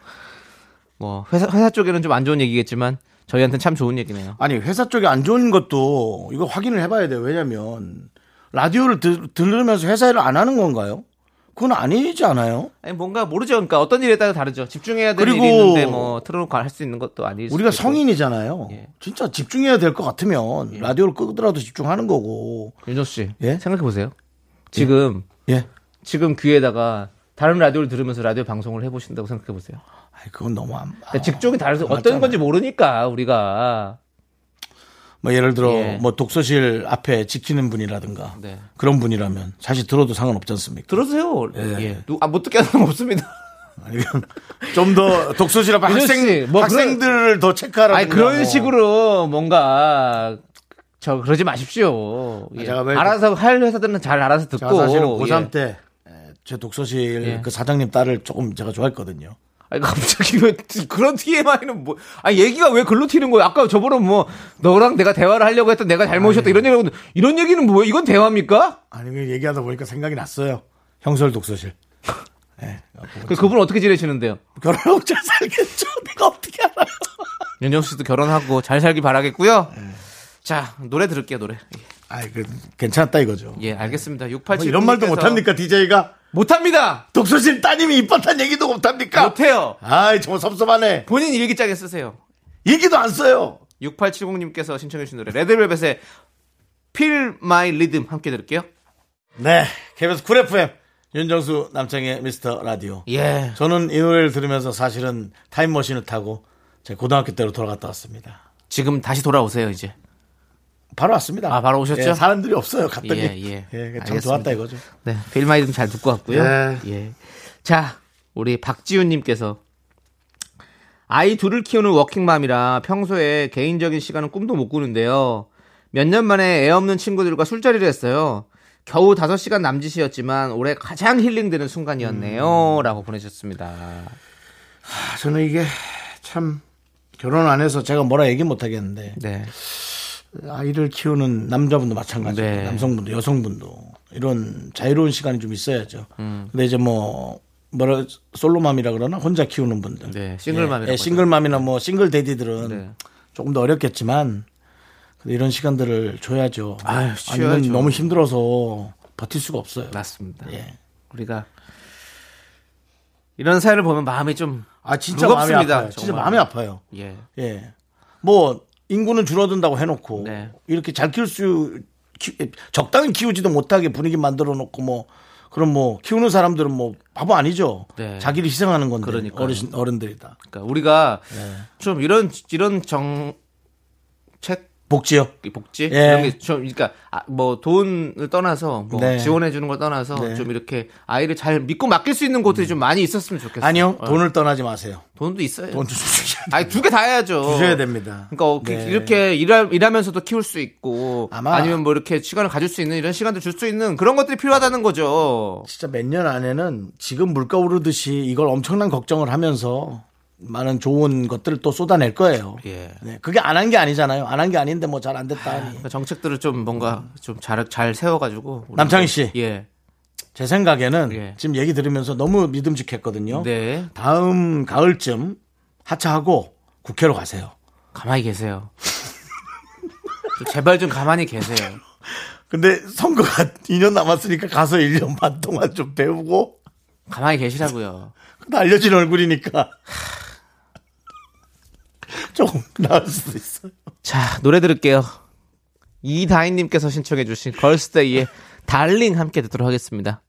[SPEAKER 2] 뭐, 회사, 회사 쪽에는 좀 안 좋은 얘기겠지만 저희한테는 참 좋은 얘기네요.
[SPEAKER 1] 아니, 회사 쪽에 안 좋은 것도 이거 확인을 해봐야 돼요. 왜냐면, 라디오를 들, 들으면서 회사 일을 안 하는 건가요? 그건 아니지 않아요?
[SPEAKER 2] 아니, 뭔가 모르죠. 그러니까 어떤 일에 따라 다르죠. 집중해야 될
[SPEAKER 1] 그리고
[SPEAKER 2] 일이 있는데 뭐 틀어놓고 할 수 있는 것도 아니지.
[SPEAKER 1] 우리가 성인이잖아요.
[SPEAKER 2] 예.
[SPEAKER 1] 진짜 집중해야 될 것 같으면 라디오를 끄더라도 집중하는 거고.
[SPEAKER 2] 윤정수 씨.
[SPEAKER 1] 예?
[SPEAKER 2] 생각해보세요. 지금,
[SPEAKER 1] 예.
[SPEAKER 2] 지금 귀에다가 다른 라디오를 들으면서 라디오 방송을 해보신다고 생각해보세요.
[SPEAKER 1] 아이, 그건 너무 안. 아,
[SPEAKER 2] 그러니까 직종이 달라서
[SPEAKER 1] 맞잖아.
[SPEAKER 2] 어떤 건지 모르니까 우리가
[SPEAKER 1] 뭐 예를 들어
[SPEAKER 2] 예.
[SPEAKER 1] 뭐 독서실 앞에 지키는 분이라든가
[SPEAKER 2] 네.
[SPEAKER 1] 그런 분이라면 사실 들어도 상관없지 않습니까?
[SPEAKER 2] 들어주세요.
[SPEAKER 1] 예.
[SPEAKER 2] 예. 누- 아, 못 듣게 하는 건 없습니다.
[SPEAKER 1] 아니면 좀 더 독서실 앞에
[SPEAKER 2] 민호 씨,
[SPEAKER 1] 학생
[SPEAKER 2] 뭐
[SPEAKER 1] 학생들을 더 체크하라든가.
[SPEAKER 2] 아니 그런
[SPEAKER 1] 뭐.
[SPEAKER 2] 식으로 뭔가 저 그러지 마십시오. 예.
[SPEAKER 1] 제가 왜-
[SPEAKER 2] 알아서 할 회사들은 잘 알아서 듣고.
[SPEAKER 1] 제가 사실은 고3
[SPEAKER 2] 예.
[SPEAKER 1] 때. 에, 제 독서실
[SPEAKER 2] 예.
[SPEAKER 1] 그 사장님 딸을 조금 제가 좋아했거든요.
[SPEAKER 2] 아니 갑자기 왜 티- 그런 TMI는 뭐? 아 얘기가 왜 글로 튀는 거야? 아까 저번에 뭐 너랑 내가 대화를 하려고 했던 내가 잘못이었다 이런 얘기는 이런 얘기는 뭐야? 이건 대화입니까?
[SPEAKER 1] 아니면 얘기하다 보니까 생각이 났어요. 형설 독서실. 예.
[SPEAKER 2] 그 그분 어떻게 지내시는데요?
[SPEAKER 1] 결혼하고 잘 살겠죠. 내가 어떻게 알아요?
[SPEAKER 2] 윤정수 씨도 결혼하고 잘 살길 바라겠고요. 자 노래 들을게요 노래.
[SPEAKER 1] 아이, 그, 괜찮았다 이거죠.
[SPEAKER 2] 예 알겠습니다. 6
[SPEAKER 1] 뭐
[SPEAKER 2] 8
[SPEAKER 1] 이런 말도 못합니까, DJ가?
[SPEAKER 2] 못합니다.
[SPEAKER 1] 독서실 따님이 이뻤단 얘기도 못합니까?
[SPEAKER 2] 못해요.
[SPEAKER 1] 아이, 정말 섭섭하네.
[SPEAKER 2] 본인 일기장에 쓰세요.
[SPEAKER 1] 얘기도 안 써요.
[SPEAKER 2] 6870님께서 신청해주신 노래 레드벨벳의 Feel My Rhythm 함께 들을게요.
[SPEAKER 1] 네. KBS 쿨 FM. 윤정수 남창의 미스터 라디오.
[SPEAKER 2] 예.
[SPEAKER 1] 저는 이 노래를 들으면서 사실은 타임머신을 타고 제 고등학교 때로 돌아갔다 왔습니다.
[SPEAKER 2] 지금 다시 돌아오세요 이제.
[SPEAKER 1] 바로 왔습니다.
[SPEAKER 2] 아, 바로 오셨죠?
[SPEAKER 1] 예, 사람들이 없어요, 갔더니.
[SPEAKER 2] 예, 예.
[SPEAKER 1] 참
[SPEAKER 2] 알겠습니다.
[SPEAKER 1] 좋았다 이거죠.
[SPEAKER 2] 네, Feel My Rhythm 잘 듣고 왔고요.
[SPEAKER 1] 예.
[SPEAKER 2] 예. 자, 우리 박지훈님께서 아이 둘을 키우는 워킹맘이라 평소에 개인적인 시간은 꿈도 못 꾸는데요. 몇 년 만에 애 없는 친구들과 술자리를 했어요. 겨우 5시간 남짓이었지만 올해 가장 힐링되는
[SPEAKER 1] 음.
[SPEAKER 2] 순간이었네요. 라고 보내셨습니다.
[SPEAKER 1] 아, 저는 이게 참 결혼 안 해서 제가 뭐라 얘기 못 하겠는데
[SPEAKER 2] 네.
[SPEAKER 1] 아이를 키우는 남자분도 마찬가지고
[SPEAKER 2] 네.
[SPEAKER 1] 남성분도 여성분도 이런 자유로운 시간이 좀 있어야죠.
[SPEAKER 2] 음.
[SPEAKER 1] 근데 이제 뭐 뭐라 솔로맘이라 그러나 혼자 키우는 분들,
[SPEAKER 2] 네, 싱글맘이라고
[SPEAKER 1] 예, 예,
[SPEAKER 2] 하죠.
[SPEAKER 1] 싱글맘이나 뭐 싱글 데디들은
[SPEAKER 2] 네.
[SPEAKER 1] 조금 더 어렵겠지만 그래도 이런 시간들을 줘야죠.
[SPEAKER 2] 아유,
[SPEAKER 1] 아니면
[SPEAKER 2] 줘야죠.
[SPEAKER 1] 너무 힘들어서 버틸 수가 없어요.
[SPEAKER 2] 맞습니다.
[SPEAKER 1] 예.
[SPEAKER 2] 우리가 이런 사연을 보면 마음이 좀
[SPEAKER 1] 아 진짜 마음이
[SPEAKER 2] 무겁습니다,
[SPEAKER 1] 아파요. 진짜
[SPEAKER 2] 정말.
[SPEAKER 1] 마음이 아파요.
[SPEAKER 2] 예.
[SPEAKER 1] 예. 뭐 인구는 줄어든다고 해놓고
[SPEAKER 2] 네.
[SPEAKER 1] 이렇게 잘 키울 수 키- 적당히 키우지도 못하게 분위기 만들어놓고 뭐 그럼 뭐 키우는 사람들은 뭐 바보 아니죠.
[SPEAKER 2] 네.
[SPEAKER 1] 자기를 희생하는 건데
[SPEAKER 2] 그러니까요.
[SPEAKER 1] 어르신 어른들이다.
[SPEAKER 2] 그러니까 우리가
[SPEAKER 1] 네.
[SPEAKER 2] 좀 이런 이런 정책
[SPEAKER 1] 복지요.
[SPEAKER 2] 복지
[SPEAKER 1] 예.
[SPEAKER 2] 이런 게 좀 그러니까 아, 뭐 돈을 떠나서 뭐
[SPEAKER 1] 네.
[SPEAKER 2] 지원해 주는 걸 떠나서
[SPEAKER 1] 네. 음.
[SPEAKER 2] 좀 이렇게 아이를 잘 믿고 맡길 수 있는 곳들이 좀 많이 있었으면 좋겠어요.
[SPEAKER 1] 아니요
[SPEAKER 2] 어,
[SPEAKER 1] 돈을 떠나지 마세요.
[SPEAKER 2] 돈도 있어요.
[SPEAKER 1] 돈 주셔야 돼요.
[SPEAKER 2] 아니 두 개 다 해야죠.
[SPEAKER 1] 주셔야 됩니다.
[SPEAKER 2] 어. 그러니까 어,
[SPEAKER 1] 네.
[SPEAKER 2] 이렇게 일하, 일하면서도 키울 수 있고
[SPEAKER 1] 아마-
[SPEAKER 2] 아니면 뭐 이렇게 시간을 가질 수 있는 이런 시간도 줄 수 있는 그런 것들이 필요하다는 거죠.
[SPEAKER 1] 진짜 몇 년 안에는 지금 물가 오르듯이 이걸 엄청난 걱정을 하면서 많은 좋은 것들을 또 쏟아낼 거예요.
[SPEAKER 2] 예.
[SPEAKER 1] 네, 그게 안 한 게 아니잖아요. 안 한 게 아닌데 뭐 잘 안 됐다 하니.
[SPEAKER 2] 그러니까 정책들을 좀 뭔가 좀 잘 잘 세워가지고 우리
[SPEAKER 1] 남창희 씨.
[SPEAKER 2] 좀- 예,
[SPEAKER 1] 제 생각에는
[SPEAKER 2] 예.
[SPEAKER 1] 지금 얘기 들으면서 너무 믿음직했거든요.
[SPEAKER 2] 네,
[SPEAKER 1] 다음 가을쯤 하차하고 국회로 가세요.
[SPEAKER 2] 가만히 계세요. 좀 제발 좀 가만히 계세요.
[SPEAKER 1] 근데 선거가 2년 남았으니까 가서 1년 반 동안 좀 배우고
[SPEAKER 2] 가만히 계시라고요.
[SPEAKER 1] 그건 알려진 얼굴이니까 조금 나을 수도 있어요.
[SPEAKER 2] 자, 노래 들을게요. 이다인님께서 신청해주신 걸스데이의 달링 함께 듣도록 하겠습니다.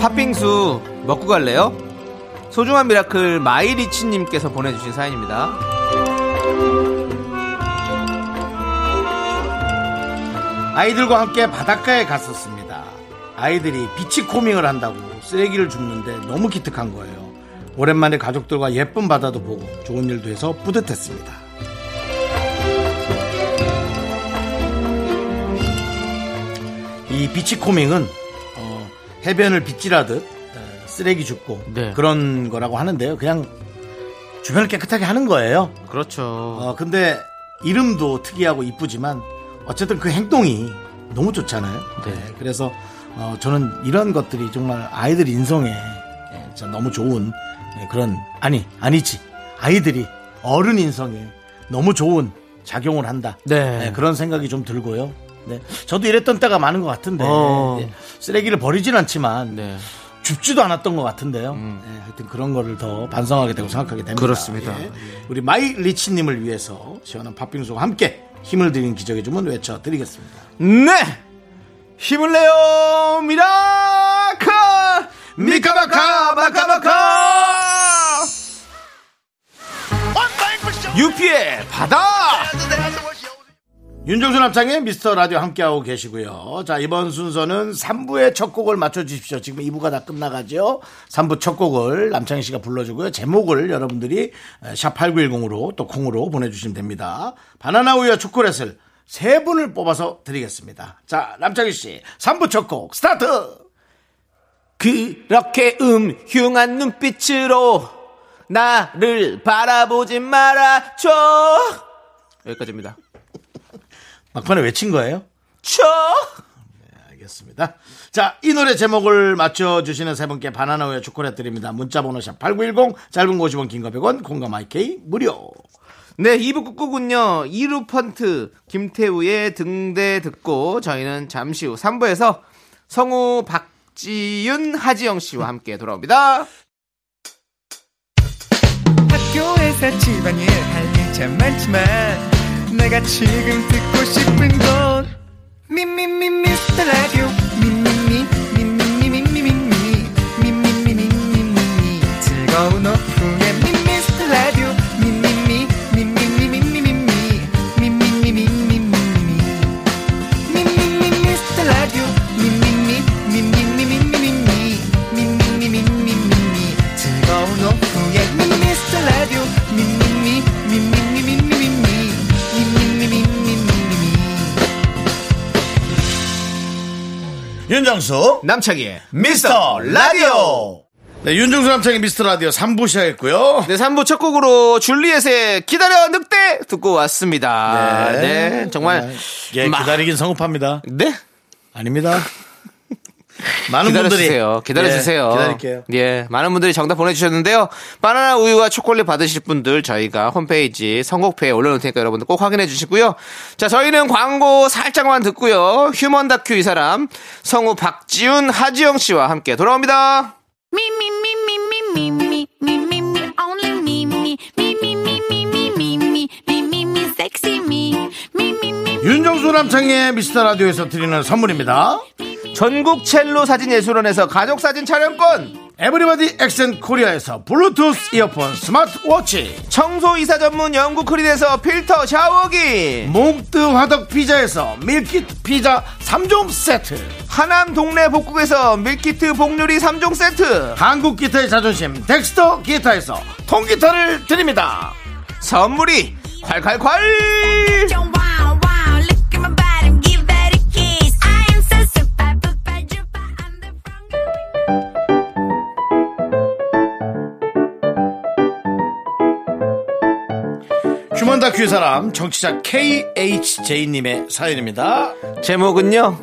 [SPEAKER 2] 팥빙수 먹고 갈래요? 소중한 미라클 마이리치님께서 보내주신 사연입니다.
[SPEAKER 1] 아이들과 함께 바닷가에 갔었습니다. 아이들이 비치코밍을 한다고 쓰레기를 줍는데 너무 기특한 거예요. 오랜만에 가족들과 예쁜 바다도 보고 좋은 일도 해서 뿌듯했습니다. 이 비치코밍은 어, 해변을 빗질하듯 어, 쓰레기 줍고
[SPEAKER 2] 네.
[SPEAKER 1] 그런 거라고 하는데요. 그냥 주변을 깨끗하게 하는 거예요.
[SPEAKER 2] 그렇죠.
[SPEAKER 1] 어, 근데 이름도 특이하고 이쁘지만 어쨌든 그 행동이 너무 좋잖아요.
[SPEAKER 2] 네.
[SPEAKER 1] 네, 그래서 어, 저는 이런 것들이 정말 아이들 인성에 예, 진짜 너무 좋은 예, 그런 아니 아니지 아이들이 어른 인성에 너무 좋은 작용을 한다.
[SPEAKER 2] 네.
[SPEAKER 1] 예, 그런 생각이 좀 들고요. 네, 저도 이랬던 때가 많은 것 같은데
[SPEAKER 2] 어.
[SPEAKER 1] 예, 쓰레기를 버리진 않지만
[SPEAKER 2] 네. 음.
[SPEAKER 1] 줍지도 않았던 것 같은데요. 예, 하여튼 그런 거를 더 반성하게 되고 생각하게 됩니다.
[SPEAKER 2] 그렇습니다.
[SPEAKER 1] 예. 우리 마이 리치님을 위해서 시원한 팥빙수와 함께 힘을 드린 기적의 주문 외쳐드리겠습니다.
[SPEAKER 2] 네! 힘을 내요! 미라클! 미카바카! 바카바카! 유피의 바다!
[SPEAKER 1] 윤정수 남창의 미스터 라디오 함께하고 계시고요. 자, 이번 순서는 3부의 첫 곡을 맞춰주십시오. 지금 2부가 다 끝나가죠. 3부 첫 곡을 남창희 씨가 불러주고요. 제목을 여러분들이 샵8910으로 또 콩으로 보내주시면 됩니다. 바나나 우유와 초콜릿을 세 분을 뽑아서 드리겠습니다. 자, 남창희 씨, 3부 첫 곡 스타트!
[SPEAKER 2] 그렇게 음흉한 눈빛으로 나를 바라보지 말아줘! 여기까지입니다.
[SPEAKER 1] 막판에 외친 거예요?
[SPEAKER 2] 쳐!
[SPEAKER 1] 알겠습니다. 자, 이 노래 제목을 맞춰주시는 세 분께 바나나 우유 초콜릿 드립니다. 문자번호 샵8910, 짧은 거 50원, 긴 거 100원, 공감 IK 무료.
[SPEAKER 2] 네, 2부 끝곡은요, 이루 펀트, 김태우의 등대 듣고, 저희는 잠시 후 3부에서 성우 박지윤, 하지영 씨와 함께 돌아옵니다.
[SPEAKER 5] 학교에서 집안일 할 일 참 많지만 내가 지금 듣고 싶은 건 미미미 미스터 라디오 미미미 미미미 미미미 미미미 미미미 즐거운 오후에 미스터 라디오 미미미 미미미 미미미 미미미 미미미
[SPEAKER 3] 윤정수
[SPEAKER 2] 남창희의
[SPEAKER 3] 미스터 라디오
[SPEAKER 1] 네, 윤종수 남창의 미스터 라디오 3부 시작했고요.
[SPEAKER 2] 네, 3부 첫 곡으로 줄리엣의 기다려 늑대 듣고 왔습니다. 네, 정말.
[SPEAKER 1] 예,
[SPEAKER 2] 마-
[SPEAKER 1] 기다리긴 성급합니다.
[SPEAKER 2] 네?
[SPEAKER 1] 아닙니다. 많은
[SPEAKER 2] 기다려주세요.
[SPEAKER 1] 분들이
[SPEAKER 2] 기다려주세요.
[SPEAKER 1] 예, 기다릴게요.
[SPEAKER 2] 예, 많은 분들이 정답 보내주셨는데요. 바나나 우유와 초콜릿 받으실 분들 저희가 홈페이지 선곡표에 올려놓을 테니까 여러분들 꼭 확인해 주시고요. 자, 저희는 광고 살짝만 듣고요. 휴먼 다큐 이 사람, 성우 박지훈, 하지영 씨와 함께 돌아옵니다.
[SPEAKER 4] Me, me, me, me, me, me, me, me, me, me, only me, me, me, me, me, me, me, me, me, me, me, me, sexy me, me, me, me.
[SPEAKER 1] 윤종수 남창의 미스터 라디오에서 드리는 선물입니다.
[SPEAKER 2] 전국 첼로 사진 예술원에서 가족 사진 촬영권,
[SPEAKER 1] 에브리바디 엑센 코리아에서 블루투스 이어폰 스마트워치.
[SPEAKER 2] 청소 이사 전문 영국 크린에서 필터 샤워기,
[SPEAKER 1] 몽뜨 화덕 피자에서 밀키트 피자 3종 세트.
[SPEAKER 2] 하남 동네 복국에서 밀키트 복요리 3종 세트,
[SPEAKER 1] 한국 기타의 자존심 덱스터 기타에서 통기타를 드립니다.
[SPEAKER 2] 선물이 콸콸콸!
[SPEAKER 4] Don't wow, wow, look at my bottom, give that a kiss. I am so super, super, duper, I'm the front girl.
[SPEAKER 1] 휴먼 다큐의 사람 정치자 KHJ님의 사연입니다.
[SPEAKER 2] 제목은요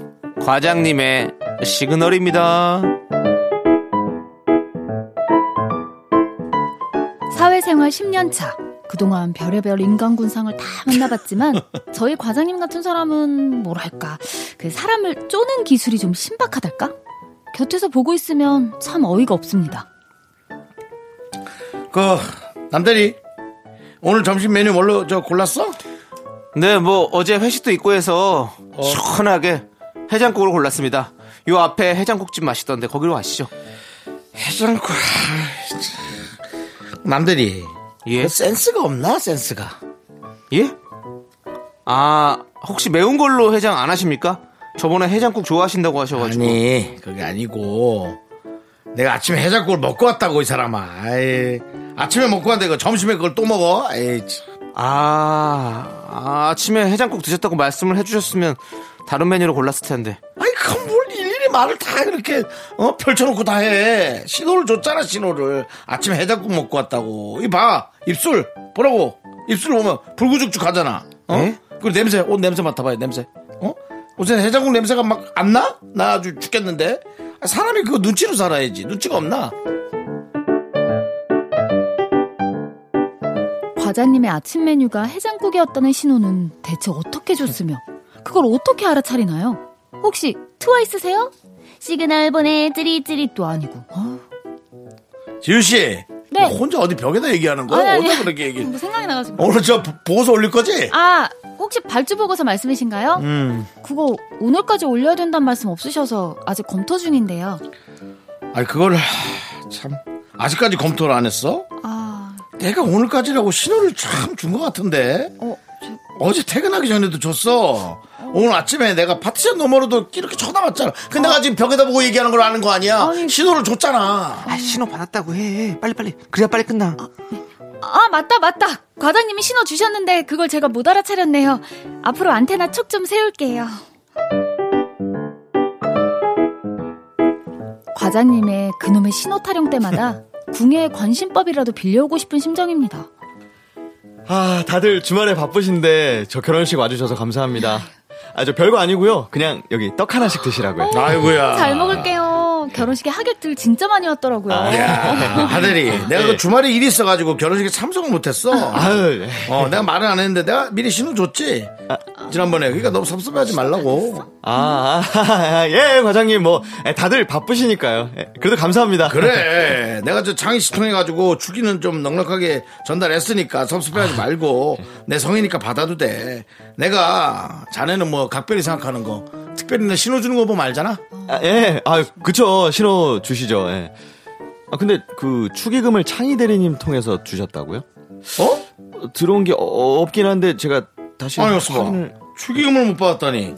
[SPEAKER 2] 과장님의 시그널입니다
[SPEAKER 6] 사회생활 10년 차. 그동안 별의별 인간군상을 다 만나봤지만 저희 과장님 같은 사람은 뭐랄까 그 사람을 쪼는 기술이 좀 신박하달까? 곁에서 보고 있으면 참 어이가 없습니다.
[SPEAKER 1] 그 남대리 오늘 점심 메뉴 뭘로 저 골랐어?
[SPEAKER 2] 네, 뭐 어제 회식도 있고 해서
[SPEAKER 7] 어.
[SPEAKER 2] 시원하게 해장국으로 골랐습니다. 요 앞에 해장국집 맛있던데 거기로 가시죠.
[SPEAKER 1] 해장국. 남대리
[SPEAKER 2] 예?
[SPEAKER 1] 센스가 없나 센스가?
[SPEAKER 2] 예? 아, 혹시 매운 걸로 해장 안 하십니까? 저번에 해장국 좋아하신다고 하셔가지고.
[SPEAKER 1] 아니 그게 아니고 내가 아침에 해장국을 먹고 왔다고 이 사람아. 아이, 아침에 먹고 왔는데 그 점심에 그걸 또 먹어? 에이, 참.
[SPEAKER 2] 아, 아, 아침에 해장국 드셨다고 말씀을 해주셨으면 다른 메뉴로 골랐을 텐데.
[SPEAKER 1] 아니 그럼 뭘 일일이 말을 다 이렇게 어, 펼쳐놓고 다 해. 신호를 줬잖아 신호를. 아침에 해장국 먹고 왔다고. 이봐 입술 보라고. 입술 보면 불구죽죽 하잖아. 어?
[SPEAKER 2] 에?
[SPEAKER 1] 그리고 냄새 옷 냄새 맡아봐요 냄새. 어? 옷에 해장국 냄새가 막 안 나? 나 아주 죽겠는데. 아, 사람이 그거 눈치로 살아야지. 눈치가 없나?
[SPEAKER 6] 과장님의 아침 메뉴가 해장국이었다는 신호는 대체 어떻게 줬으며 그걸 어떻게 알아차리나요? 혹시 트와이스세요? 시그널 보내 찌릿찌릿도 아니고 어,
[SPEAKER 1] 지우 씨.
[SPEAKER 6] 네.
[SPEAKER 1] 혼자 어디 벽에다 얘기하는 거야?
[SPEAKER 6] 아니, 아니.
[SPEAKER 1] 어디다 그렇게 얘기?
[SPEAKER 6] 뭐 생각이 나가지고
[SPEAKER 1] 오늘 저 보고서 올릴 거지?
[SPEAKER 6] 아 혹시 발주 보고서 말씀이신가요?
[SPEAKER 1] 음.
[SPEAKER 6] 그거 오늘까지 올려야 된다는 말씀 없으셔서 아직 검토 중인데요
[SPEAKER 1] 아니 그걸 하, 참 아직까지 검토를 안 했어?
[SPEAKER 6] 아
[SPEAKER 1] 내가 오늘까지라고 신호를 참 준 것 같은데
[SPEAKER 6] 어, 저,
[SPEAKER 1] 어제 퇴근하기 전에도 줬어 오늘 아침에 내가 파티션 너머로도 이렇게 쳐다봤잖아 근데 내가 지금 벽에다 보고 얘기하는 걸 아는 거 어. 아니야
[SPEAKER 6] 아니.
[SPEAKER 1] 신호를 줬잖아
[SPEAKER 2] 아, 신호 받았다고 해. 빨리빨리. 그래야 빨리 끝나.
[SPEAKER 6] 아 맞다 맞다 과장님이 신호 주셨는데 그걸 제가 못 알아차렸네요 앞으로 안테나 촉 좀 세울게요 과장님의 그놈의 신호 타령 때마다 궁예의 관심법이라도 빌려오고 싶은 심정입니다
[SPEAKER 7] 아, 다들 주말에 바쁘신데 저 결혼식 와주셔서 감사합니다. 아, 저 별거 아니고요. 그냥 여기 떡 하나씩 드시라고요.
[SPEAKER 1] 아이고야
[SPEAKER 6] 잘 먹을게요 결혼식에 하객들 진짜 많이 왔더라고요
[SPEAKER 1] 아, 야, 하늘이 내가 그 주말에 일이 있어가지고 결혼식에 참석을 못했어
[SPEAKER 7] 아유,
[SPEAKER 1] 어, 내가 말은 안 했는데 내가 미리 신호 줬지 지난번에 그러니까 너무 섭섭해하지 말라고
[SPEAKER 7] 아, 아, 예, 과장님, 뭐, 예, 다들 바쁘시니까요. 예, 그래도 감사합니다.
[SPEAKER 1] 그래. 내가 저 장이 시통해가지고 축의는 좀 넉넉하게 전달했으니까 섭섭해하지 말고 내 성이니까 받아도 돼. 내가 자네는 뭐 각별히 생각하는 거 특별히 내 신호 주는 거 보면 알잖아.
[SPEAKER 7] 아, 예, 아, 그쵸. 신호 주시죠. 예. 아, 근데 그 축의금을 창희 대리님 통해서 주셨다고요?
[SPEAKER 1] 어?
[SPEAKER 7] 어, 들어온 게 어- 없긴 한데 제가 다시
[SPEAKER 1] 아니 여보, 축의금을 못 받았다니.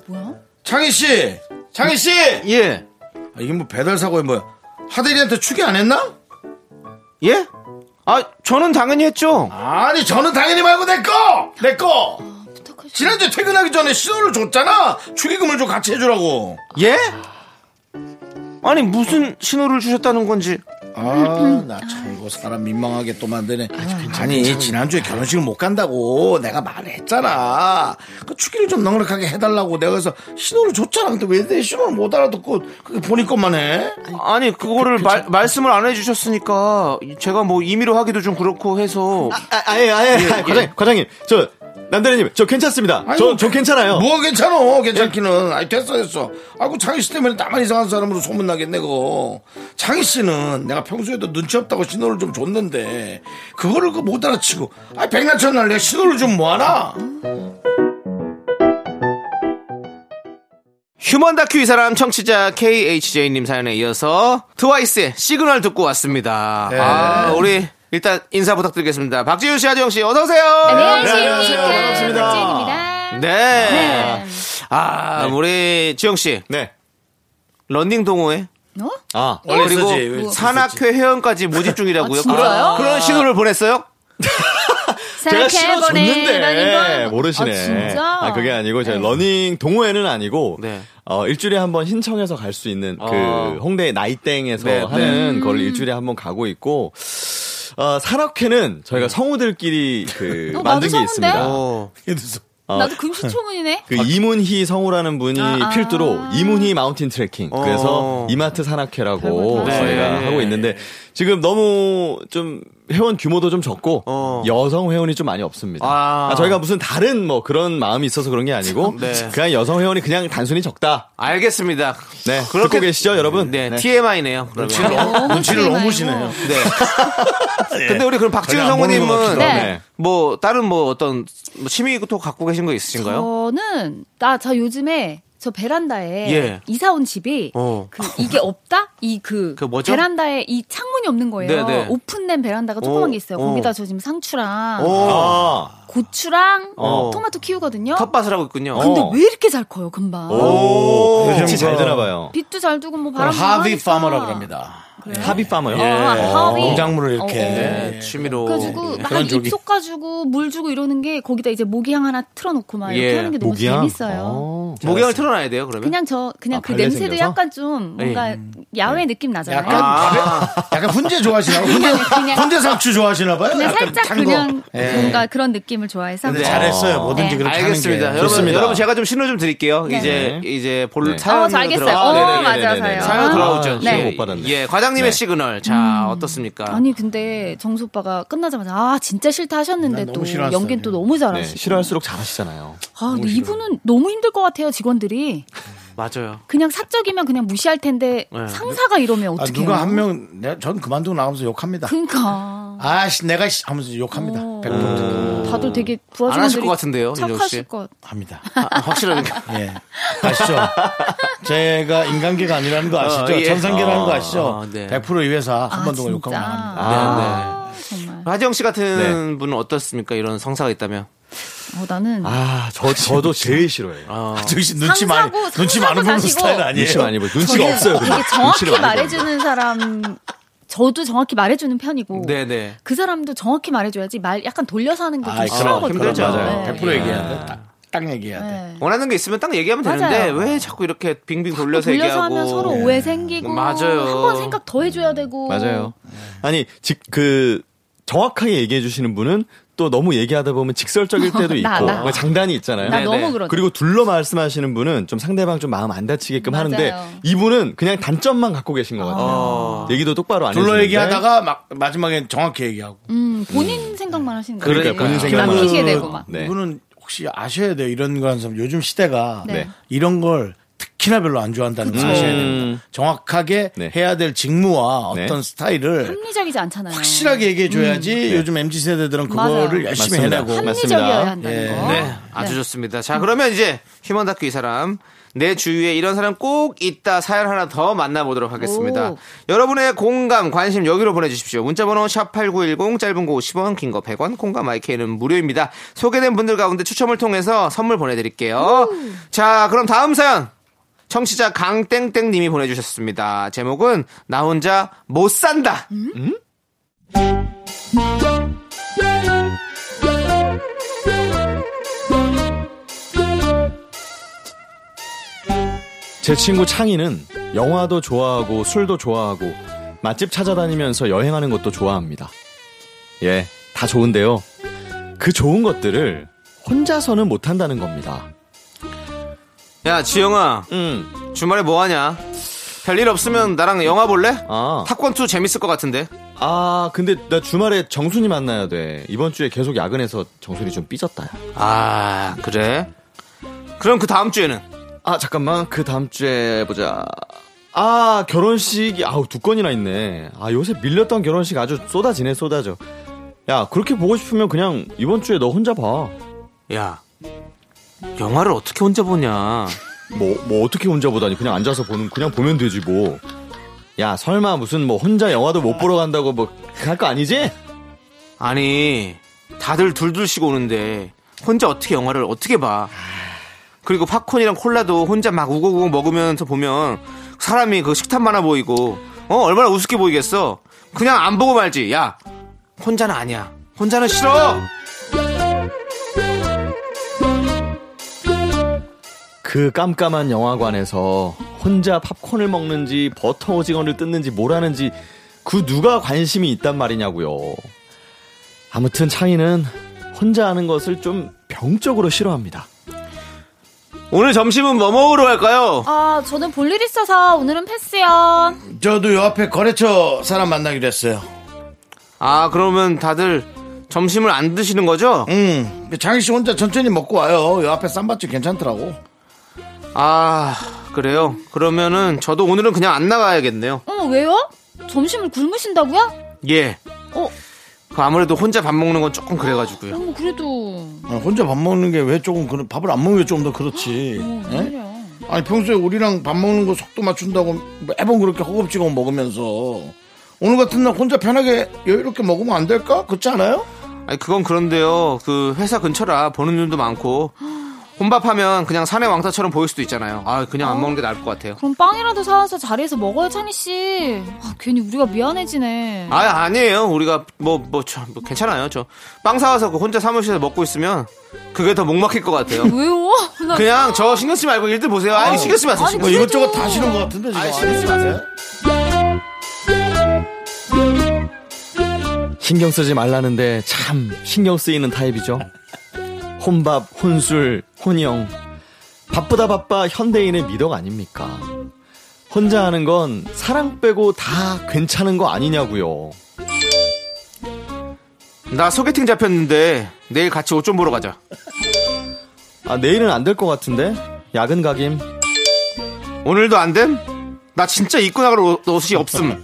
[SPEAKER 1] 창희 씨, 창희 씨.
[SPEAKER 2] 예.
[SPEAKER 1] 아, 이게 뭐 배달 사고에 뭐야? 하대리한테 축의 안 했나?
[SPEAKER 2] 예? 아, 저는 당연히 했죠.
[SPEAKER 1] 아니 저는 당연히 말고 내 거, 내 거. 지난주 에 퇴근하기 전에 신호를 줬잖아. 축의금을 좀 같이 해주라고.
[SPEAKER 2] 예? 아니, 무슨 신호를 주셨다는 건지.
[SPEAKER 1] 아나참 이거 사람 민망하게 또 만드네 아니 지난주에 결혼식을 못 간다고 내가 말했잖아 그 축의를 좀 넉넉하게 해달라고 내가 그래서 신호를 줬잖아 근데 왜 내 신호를 못 알아듣고 그게 본인 것만 해
[SPEAKER 2] 아니, 그거를 말, 말씀을 안 해주셨으니까 제가 뭐 임의로 하기도 좀 그렇고 해서.
[SPEAKER 7] 아, 아, 예, 아, 예, 아, 과장님, 과장님, 저 남대리님, 저 괜찮습니다.
[SPEAKER 1] 아니,
[SPEAKER 7] 저,
[SPEAKER 1] 뭐,
[SPEAKER 7] 저 괜찮아요. 예.
[SPEAKER 1] 뭐가 괜찮어 괜찮기는 아이 됐어 됐어 아이고 장희씨 때문에 나만 이상한 사람으로 소문나겠네 그거 장희씨는 내가 평소에도 눈치 없다고 신호를 좀 줬는데 그거를 그 못 알아치고 아이 백날천날 내가 신호를 좀 뭐하나
[SPEAKER 2] 휴먼 다큐 이 사람 청취자 KHJ님 사연에 이어서 트와이스의 시그널 듣고 왔습니다. 아, 우리 일단 인사 부탁드리겠습니다. 박지윤 씨, 하지영 씨, 어서오세요.
[SPEAKER 1] 네,
[SPEAKER 6] 네, 안녕하십니까 박지은입니다
[SPEAKER 2] 네. 아, 우리 지영 씨,
[SPEAKER 7] 네.
[SPEAKER 2] 런닝 동호회.
[SPEAKER 6] 어?
[SPEAKER 7] 아,
[SPEAKER 2] 그리고 산악회 회원까지 모집 중이라고요.
[SPEAKER 6] 아, 진짜요?
[SPEAKER 2] 그런, 그런 신호를 보냈어요?
[SPEAKER 7] 제가
[SPEAKER 6] 생각해 보네,
[SPEAKER 7] 줬는데
[SPEAKER 8] 예,
[SPEAKER 7] 예,
[SPEAKER 6] 러닝걸.
[SPEAKER 7] 모르시네.
[SPEAKER 6] 아, 진짜?
[SPEAKER 7] 아, 그게 아니고 제
[SPEAKER 6] 네.
[SPEAKER 7] 러닝 동호회는 아니고
[SPEAKER 2] 네.
[SPEAKER 7] 어, 일주일에 한 번 신청해서 갈 수 있는
[SPEAKER 2] 아.
[SPEAKER 7] 그 홍대 나이땡에서
[SPEAKER 2] 네,
[SPEAKER 7] 하는
[SPEAKER 6] 음.
[SPEAKER 7] 걸 일주일에 한 번 가고 있고 어, 산악회는 저희가 성우들끼리 그
[SPEAKER 6] 음. 어, 나도
[SPEAKER 7] 만든 게
[SPEAKER 6] 성우인데?
[SPEAKER 7] 있습니다.
[SPEAKER 2] 어.
[SPEAKER 6] 나도 금시초문이네
[SPEAKER 7] 그 이문희 성우라는 분이
[SPEAKER 6] 아, 아.
[SPEAKER 7] 필두로 이문희 마운틴 트레킹
[SPEAKER 2] 어.
[SPEAKER 7] 그래서 이마트 산악회라고
[SPEAKER 6] 별거 다
[SPEAKER 7] 저희가
[SPEAKER 2] 네.
[SPEAKER 7] 하고 있는데 지금 너무 좀 회원 규모도 좀 적고
[SPEAKER 3] 어.
[SPEAKER 7] 여성 회원이 좀 많이 없습니다.
[SPEAKER 2] 아.
[SPEAKER 7] 아, 저희가 무슨 다른 뭐 그런 마음이 있어서 그런 게 아니고
[SPEAKER 2] 네.
[SPEAKER 7] 그냥 여성 회원이 그냥 단순히 적다.
[SPEAKER 2] 알겠습니다.
[SPEAKER 7] 네, 듣고 계시죠, 여러분?
[SPEAKER 2] 네,
[SPEAKER 7] 네. 아,
[SPEAKER 2] TMI네요. 그러면.
[SPEAKER 1] 눈치를 너무 주네요.
[SPEAKER 2] 네. 근데 우리 그럼 박지훈
[SPEAKER 1] 전혀 안 보는 것
[SPEAKER 2] 성우님은
[SPEAKER 1] 같기도
[SPEAKER 6] 하고.
[SPEAKER 7] 네.
[SPEAKER 2] 뭐 다른 뭐 어떤 뭐 취미 또 갖고 계신 거 있으신가요?
[SPEAKER 6] 저는 나 저 요즘에 저 베란다에
[SPEAKER 2] 예.
[SPEAKER 6] 이사 온 집이
[SPEAKER 2] 어.
[SPEAKER 6] 그 이게 없다 이 그
[SPEAKER 2] 그 뭐죠?
[SPEAKER 6] 베란다에 이 창문이 없는 거예요.
[SPEAKER 2] 네, 네.
[SPEAKER 6] 오픈된 베란다가 조그만
[SPEAKER 2] 어,
[SPEAKER 6] 게 있어요.
[SPEAKER 2] 어.
[SPEAKER 6] 거기다 저 지금 상추랑
[SPEAKER 7] 아.
[SPEAKER 6] 고추랑
[SPEAKER 2] 어.
[SPEAKER 6] 토마토 키우거든요.
[SPEAKER 2] 텃밭을 하고 있군요.
[SPEAKER 6] 근데 뭐-
[SPEAKER 7] 어.
[SPEAKER 6] 왜 이렇게 잘 커요 금방?
[SPEAKER 7] 오.
[SPEAKER 1] 요즘
[SPEAKER 7] 빛이 잘
[SPEAKER 1] 그-
[SPEAKER 7] 되나 봐요.
[SPEAKER 6] 빛도 잘 두고 뭐 바람도
[SPEAKER 1] 하비
[SPEAKER 6] 하니까.
[SPEAKER 1] 파머라 그럽니다.
[SPEAKER 7] 하비 파머요.
[SPEAKER 6] 어, 하비.
[SPEAKER 1] 농작물을 이렇게.
[SPEAKER 2] 네, 취미로.
[SPEAKER 6] 그래가지고
[SPEAKER 1] 그런
[SPEAKER 6] 막
[SPEAKER 1] 쪽이.
[SPEAKER 6] 잎속 가지고 물 주고 이러는 게 거기다 이제 모기향 하나 틀어놓고 막 이렇게
[SPEAKER 2] 예,
[SPEAKER 6] 하는 게 너무
[SPEAKER 7] 모기향?
[SPEAKER 6] 재밌어요.
[SPEAKER 7] 어.
[SPEAKER 2] 목욕을 틀어놔야 돼요, 그러면?
[SPEAKER 6] 그냥 저 그냥
[SPEAKER 7] 아,
[SPEAKER 6] 그
[SPEAKER 7] 발레
[SPEAKER 6] 냄새도
[SPEAKER 7] 생겨서?
[SPEAKER 6] 약간 좀 뭔가 야외 느낌 나잖아요.
[SPEAKER 1] 약간 가벼- 약간 훈제 좋아하시나 봐요. 훈제,
[SPEAKER 6] 그냥-
[SPEAKER 1] 훈제 상추 좋아하시나 봐요.
[SPEAKER 6] 그냥
[SPEAKER 1] 약간
[SPEAKER 6] 살짝
[SPEAKER 1] 탄 거.
[SPEAKER 6] 그냥
[SPEAKER 1] 예.
[SPEAKER 6] 뭔가 그런 느낌을 좋아해서
[SPEAKER 1] 근데 잘했어요. 뭐든지
[SPEAKER 6] 네.
[SPEAKER 1] 그렇게
[SPEAKER 2] 알겠습니다.
[SPEAKER 1] 하는 게.
[SPEAKER 2] 여러분,
[SPEAKER 7] 좋습니다.
[SPEAKER 2] 여러분 제가 좀 신호 좀 드릴게요. 이제 이제 볼
[SPEAKER 7] 네.
[SPEAKER 6] 어,
[SPEAKER 2] 사연으로
[SPEAKER 6] 저 알겠어요.
[SPEAKER 2] 들어가.
[SPEAKER 6] 어,
[SPEAKER 2] 네, 네, 네.
[SPEAKER 7] 네네네네네.
[SPEAKER 6] 맞아요, 사연.
[SPEAKER 2] 사연 들어오죠.
[SPEAKER 7] 아,
[SPEAKER 2] 네.
[SPEAKER 7] 신호 못 받았네.
[SPEAKER 2] 예, 과장님의
[SPEAKER 7] 네.
[SPEAKER 2] 시그널. 자, 어떻습니까?
[SPEAKER 6] 음. 아니 근데 정수 오빠가 끝나자마자 아 진짜 싫다 하셨는데
[SPEAKER 1] 난
[SPEAKER 6] 또
[SPEAKER 1] 너무 싫어했어요.
[SPEAKER 6] 연기는 또 너무
[SPEAKER 7] 네,
[SPEAKER 6] 잘하시고
[SPEAKER 7] 싫어할수록 잘하시잖아요.
[SPEAKER 6] 아 근데 이분은 너무 힘들 것 같아요 직원들이
[SPEAKER 2] 맞아요.
[SPEAKER 6] 그냥 사적이면 그냥 무시할 텐데 상사가 이러면
[SPEAKER 1] 아,
[SPEAKER 6] 어떻게
[SPEAKER 1] 누가 한 명, 내가 전 그만두고 나가면서 욕합니다.
[SPEAKER 6] 그러니까
[SPEAKER 1] 아씨, 내가 씨 하면서 욕합니다. 백100%
[SPEAKER 2] 음.
[SPEAKER 6] 다들 되게 부하
[SPEAKER 2] 어, 안 하실
[SPEAKER 6] 직원들이
[SPEAKER 2] 것 같은데요, 윤정 씨?
[SPEAKER 6] 착하실 것
[SPEAKER 1] 합니다.
[SPEAKER 2] 아, 확실하니까.
[SPEAKER 1] 예. 아시죠? 제가 인간계가 아니라는 거 아시죠?
[SPEAKER 2] 어, 예.
[SPEAKER 1] 전상계라는 거 아시죠?
[SPEAKER 2] 어, 네.
[SPEAKER 1] 100%이 회사 한
[SPEAKER 6] 아,
[SPEAKER 1] 번 동안 욕하고
[SPEAKER 6] 진짜?
[SPEAKER 1] 나갑니다.
[SPEAKER 2] 네,
[SPEAKER 6] 아, 정말
[SPEAKER 2] 네. 하지영 씨
[SPEAKER 7] 네.
[SPEAKER 2] 같은 분은 어떻습니까? 이런 성사가 있다면.
[SPEAKER 6] 어, 나는
[SPEAKER 7] 아, 저 저도 제일 싫어해요.
[SPEAKER 1] 아, 예. 저기 눈치 많이,
[SPEAKER 6] 상사고
[SPEAKER 1] 눈치
[SPEAKER 6] 상사고
[SPEAKER 1] 많은 보는
[SPEAKER 6] 다시고.
[SPEAKER 1] 스타일 아니에요?
[SPEAKER 7] 눈치 많이 보여. 눈치가
[SPEAKER 6] 저는
[SPEAKER 7] 없어요.
[SPEAKER 6] 되게
[SPEAKER 7] 그냥.
[SPEAKER 6] 정확히
[SPEAKER 7] 눈치를 많이
[SPEAKER 6] 말해주는 사람 저도 정확히 말해주는 편이고
[SPEAKER 2] 네, 네.
[SPEAKER 6] 그 사람도 정확히 말해줘야지 말 약간 돌려서 하는 게
[SPEAKER 1] 아,
[SPEAKER 6] 좀
[SPEAKER 1] 그럼,
[SPEAKER 6] 싫어하거든요.
[SPEAKER 1] 그럼
[SPEAKER 2] 힘들죠.
[SPEAKER 1] 맞아요.
[SPEAKER 6] 네.
[SPEAKER 1] 100% 얘기해야 돼. 딱, 딱 얘기해야 돼.
[SPEAKER 6] 네.
[SPEAKER 2] 원하는 게 있으면 딱 얘기하면 되는데
[SPEAKER 6] 맞아요.
[SPEAKER 2] 왜 자꾸 이렇게 빙빙 돌려서,
[SPEAKER 6] 돌려서
[SPEAKER 2] 얘기하고
[SPEAKER 6] 하면 서로
[SPEAKER 2] 예.
[SPEAKER 6] 오해 생기고
[SPEAKER 2] 맞아요.
[SPEAKER 6] 한 번 생각 더 해줘야 되고
[SPEAKER 7] 네. 맞아요. 아니, 즉, 그, 정확하게 얘기해 주시는 분은 또 너무 얘기하다 보면 직설적일 때도 있고
[SPEAKER 6] 나, 나.
[SPEAKER 7] 뭔가 장단이 있잖아요.
[SPEAKER 6] 나
[SPEAKER 2] 네, 네.
[SPEAKER 6] 너무 그런
[SPEAKER 7] 그리고 둘러 말씀하시는 분은 좀 상대방 좀 마음 안 다치게끔
[SPEAKER 6] 맞아요.
[SPEAKER 7] 하는데 이분은 그냥 단점만 갖고 계신 것 같아요.
[SPEAKER 2] 어.
[SPEAKER 7] 얘기도 똑바로 안
[SPEAKER 1] 둘러
[SPEAKER 7] 해주는데.
[SPEAKER 1] 얘기하다가 막, 마지막엔 정확히 얘기하고.
[SPEAKER 6] 음, 본인 생각만 하시는 거예요.
[SPEAKER 2] 그러니까 본인
[SPEAKER 7] 생각만
[SPEAKER 6] 남기게
[SPEAKER 7] 하시는
[SPEAKER 6] 되고 막
[SPEAKER 7] 네.
[SPEAKER 1] 이분은 혹시 아셔야 돼요. 이런 거 하는 사람. 요즘 시대가
[SPEAKER 6] 네.
[SPEAKER 1] 이런 걸 특히나 별로 안 좋아한다는 걸 아셔야 됩니다. 정확하게
[SPEAKER 7] 네.
[SPEAKER 1] 해야 될 직무와
[SPEAKER 7] 네.
[SPEAKER 1] 어떤 스타일을
[SPEAKER 6] 합리적이지 않잖아요.
[SPEAKER 1] 확실하게 얘기해 줘야지
[SPEAKER 7] 네.
[SPEAKER 1] 요즘 MZ 세대들은
[SPEAKER 6] 맞아요.
[SPEAKER 1] 그거를 열심히
[SPEAKER 7] 맞습니다.
[SPEAKER 1] 해내고
[SPEAKER 7] 합리-
[SPEAKER 6] 합리적이어야
[SPEAKER 7] 맞습니다.
[SPEAKER 6] 한다는
[SPEAKER 1] 예.
[SPEAKER 6] 거.
[SPEAKER 2] 네, 아주 좋습니다. 자, 그러면 이제 휴먼 다큐 이 사람. 내 주위에 이런 사람 꼭 있다 사연 하나 더 만나보도록 하겠습니다.
[SPEAKER 6] 오.
[SPEAKER 2] 여러분의 공감, 관심 여기로 보내주십시오. 문자번호 샵8910 짧은 거 50원, 긴 거 100원, 콩과 마이크는 무료입니다. 소개된 분들 가운데 추첨을 통해서 선물 보내드릴게요. 자, 그럼 다음 사연. 청취자 강땡땡님이 보내주셨습니다. 제목은 나 혼자 못 산다.
[SPEAKER 7] 제 친구 창희는 영화도 좋아하고 술도 좋아하고 맛집 찾아다니면서 여행하는 것도 좋아합니다. 예, 다 좋은데요. 그 좋은 것들을 혼자서는 못한다는 겁니다.
[SPEAKER 2] 야, 지영아,
[SPEAKER 7] 음,
[SPEAKER 2] 주말에 뭐 하냐? 별일 없으면 나랑 영화 볼래?
[SPEAKER 7] 아,
[SPEAKER 2] 탑권 2 재밌을 것 같은데.
[SPEAKER 7] 아, 근데 나 주말에 정순이 만나야 돼. 이번 주에 계속 야근해서 정순이 좀 삐졌다. 야.
[SPEAKER 2] 아 그래? 그럼 그 다음 주에는
[SPEAKER 7] 아, 잠깐만. 그 다음 주에 보자. 아, 결혼식이, 아우, 두 건이나 있네. 아, 요새 밀렸던 결혼식 아주 쏟아지네, 쏟아져. 야, 그렇게 보고 싶으면 그냥 이번 주에 너 혼자 봐. 뭐,
[SPEAKER 2] 야 영화를 어떻게 혼자 보냐?
[SPEAKER 7] 뭐, 뭐 어떻게 혼자 보다니 그냥 앉아서 보는 그냥 보면 되지 뭐. 야 설마 무슨 뭐 혼자 영화도 못 보러 간다고 뭐 할 거 아니지?
[SPEAKER 2] 아니 다들 둘둘씩 오는데 혼자 어떻게 영화를 어떻게 봐? 그리고 팝콘이랑 콜라도 혼자 막 우거우거 먹으면서 보면 사람이 그 식탐 많아 보이고 어 얼마나 우습게 보이겠어? 그냥 안 보고 말지. 야 혼자는 아니야. 혼자는 싫어.
[SPEAKER 7] 그 깜깜한 영화관에서 혼자 팝콘을 먹는지 버터 오징어를 뜯는지 뭘 하는지 그 누가 관심이 있단 말이냐고요. 아무튼 창희는 혼자 하는 것을 좀 병적으로 싫어합니다.
[SPEAKER 2] 오늘 점심은 뭐 먹으러 갈까요?
[SPEAKER 6] 아, 저는 볼 일 있어서 오늘은 패스요.
[SPEAKER 1] 저도 요 앞에 거래처 사람 만나기로 했어요.
[SPEAKER 2] 아, 그러면 다들 점심을 안 드시는 거죠?
[SPEAKER 1] 음, 장희 씨 혼자 천천히 먹고 와요. 요 앞에 쌈밭집 괜찮더라고.
[SPEAKER 2] 아, 그래요. 그러면은 저도 오늘은 그냥 안 나가야겠네요.
[SPEAKER 6] 어머 왜요? 점심을 굶으신다고요?
[SPEAKER 2] 예.
[SPEAKER 6] 어,
[SPEAKER 2] 그 아무래도 혼자 밥 먹는 건 조금 그래가지고요.
[SPEAKER 6] 어머 그래도
[SPEAKER 1] 아, 혼자 밥 먹는 게 왜 조금 그 밥을 안 먹는 게 좀 더 그렇지. 예? 아니 평소에 우리랑 밥 먹는 거 속도 맞춘다고 매번 그렇게 허겁지겁 먹으면서 오늘 같은 날 혼자 편하게 여유롭게 먹으면 안 될까? 그렇지 않아요?
[SPEAKER 2] 아니 그건 그런데요. 그 회사 근처라 보는 눈도 많고 혼밥하면 그냥 산의 왕사처럼 보일 수도 있잖아요. 아
[SPEAKER 6] 어?
[SPEAKER 2] 그냥 안 먹는 게 나을 것 같아요.
[SPEAKER 6] 그럼 빵이라도 사와서 자리에서 먹어요 찬희 씨. 아, 괜히 우리가 미안해지네.
[SPEAKER 2] 아 아니에요. 우리가 뭐 뭐 참 괜찮아요. 저 빵 사와서 그 혼자 사무실에서 먹고 있으면 그게 더 목막힐 것 같아요.
[SPEAKER 6] 왜요? 나
[SPEAKER 2] 그냥 저 신경 쓰지 말고 일들 보세요. 아니 신경 쓰지 마세요.
[SPEAKER 6] 아니,
[SPEAKER 1] 뭐
[SPEAKER 2] 신경 쓰지
[SPEAKER 6] 그래도-
[SPEAKER 1] 이것저것 다 싫은 것 같은데 지금.
[SPEAKER 2] 아니, 신경 쓰지 마세요.
[SPEAKER 7] 신경 쓰지 말라는데 참 신경 쓰이는 타입이죠. 혼밥, 혼술, 혼영. 바쁘다 바빠 현대인의 미덕 아닙니까? 혼자 하는 건 사랑 빼고 다 괜찮은 거 아니냐고요.
[SPEAKER 2] 나 소개팅 잡혔는데 내일 같이 옷 좀 보러 가자.
[SPEAKER 7] 아, 내일은 안 될 것 같은데? 야근 가김.
[SPEAKER 2] 오늘도 안 됨? 나 진짜 입고 나갈 옷, 옷이 없음.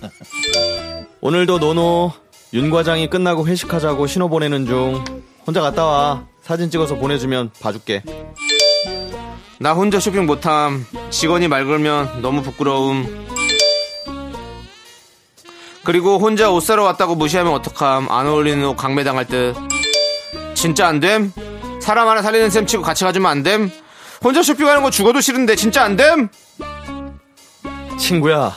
[SPEAKER 7] 오늘도 노노. 윤 과장이 끝나고 회식하자고 신호 보내는 중. 혼자 갔다 와. 사진 찍어서 보내주면 봐줄게.
[SPEAKER 2] 나 혼자 쇼핑 못함. 직원이 말 걸면 너무 부끄러움. 그리고 혼자 옷 사러 왔다고 무시하면 어떡함. 안 어울리는 옷 강매당할 듯. 진짜 안 됨? 사람 하나 살리는 셈 치고 같이 가주면 안 됨? 혼자 쇼핑하는 거 죽어도 싫은데 진짜 안 됨?
[SPEAKER 7] 친구야,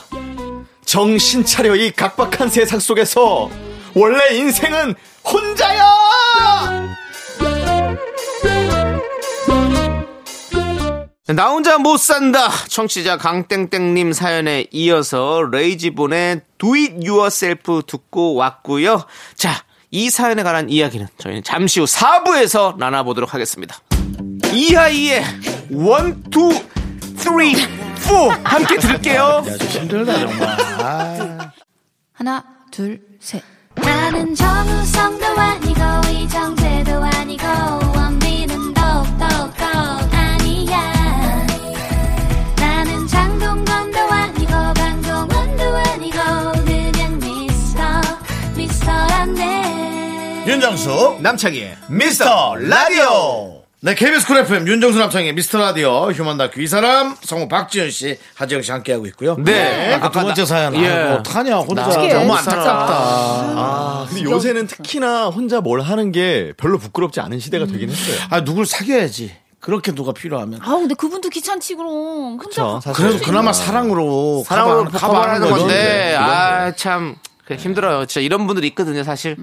[SPEAKER 7] 정신 차려 이 각박한 세상 속에서 원래 인생은 혼자야.
[SPEAKER 2] 나 혼자 못 산다. 청취자 강땡땡님 사연에 이어서 레이지본의 Do It Yourself 듣고 왔고요. 자, 이 사연에 관한 이야기는 저희는 잠시 후 4부에서 나눠보도록 하겠습니다. 이하이의 1, 2, 3, 4 함께 들을게요.
[SPEAKER 6] 하나 둘 셋.
[SPEAKER 4] 나는 정우성도 아니고 이정재도 아니고 원빈은 더욱더 아니야 나는 장동건도 아니고 방종원도 아니고 그냥 미스터 미스터란데
[SPEAKER 3] 윤정수
[SPEAKER 2] 남창희의
[SPEAKER 3] 미스터 라디오
[SPEAKER 1] 네, KBS 쿨 FM 윤정수 남창의 미스터 라디오 휴먼 다큐 이 사람 성우 박지현 씨, 하지영 씨 함께하고 있고요.
[SPEAKER 2] 네.
[SPEAKER 1] 아까 두 번째 사연.
[SPEAKER 2] 예.
[SPEAKER 1] 아, 뭐 어떡하냐. 혼자
[SPEAKER 6] 어떡해.
[SPEAKER 1] 너무
[SPEAKER 6] 진짜.
[SPEAKER 1] 안타깝다.
[SPEAKER 7] 아, 근데 요새는 특히나 혼자 뭘 하는 게 별로 부끄럽지 않은 시대가
[SPEAKER 6] 음.
[SPEAKER 7] 되긴 했어요.
[SPEAKER 1] 아, 누굴 사귀어야지. 그렇게 누가 필요하면.
[SPEAKER 6] 아 근데 그분도 귀찮지 그럼. 혼자
[SPEAKER 7] 그쵸,
[SPEAKER 6] 밥-
[SPEAKER 7] 사실.
[SPEAKER 1] 그래도 그나마 사랑으로 뭐
[SPEAKER 2] 사랑으로
[SPEAKER 1] 커버- 커버하는
[SPEAKER 2] 커버하는
[SPEAKER 1] 거지.
[SPEAKER 2] 건데,
[SPEAKER 7] 이건데.
[SPEAKER 2] 아, 참, 그 힘들어요. 진짜 이런 분들이 있거든요, 사실.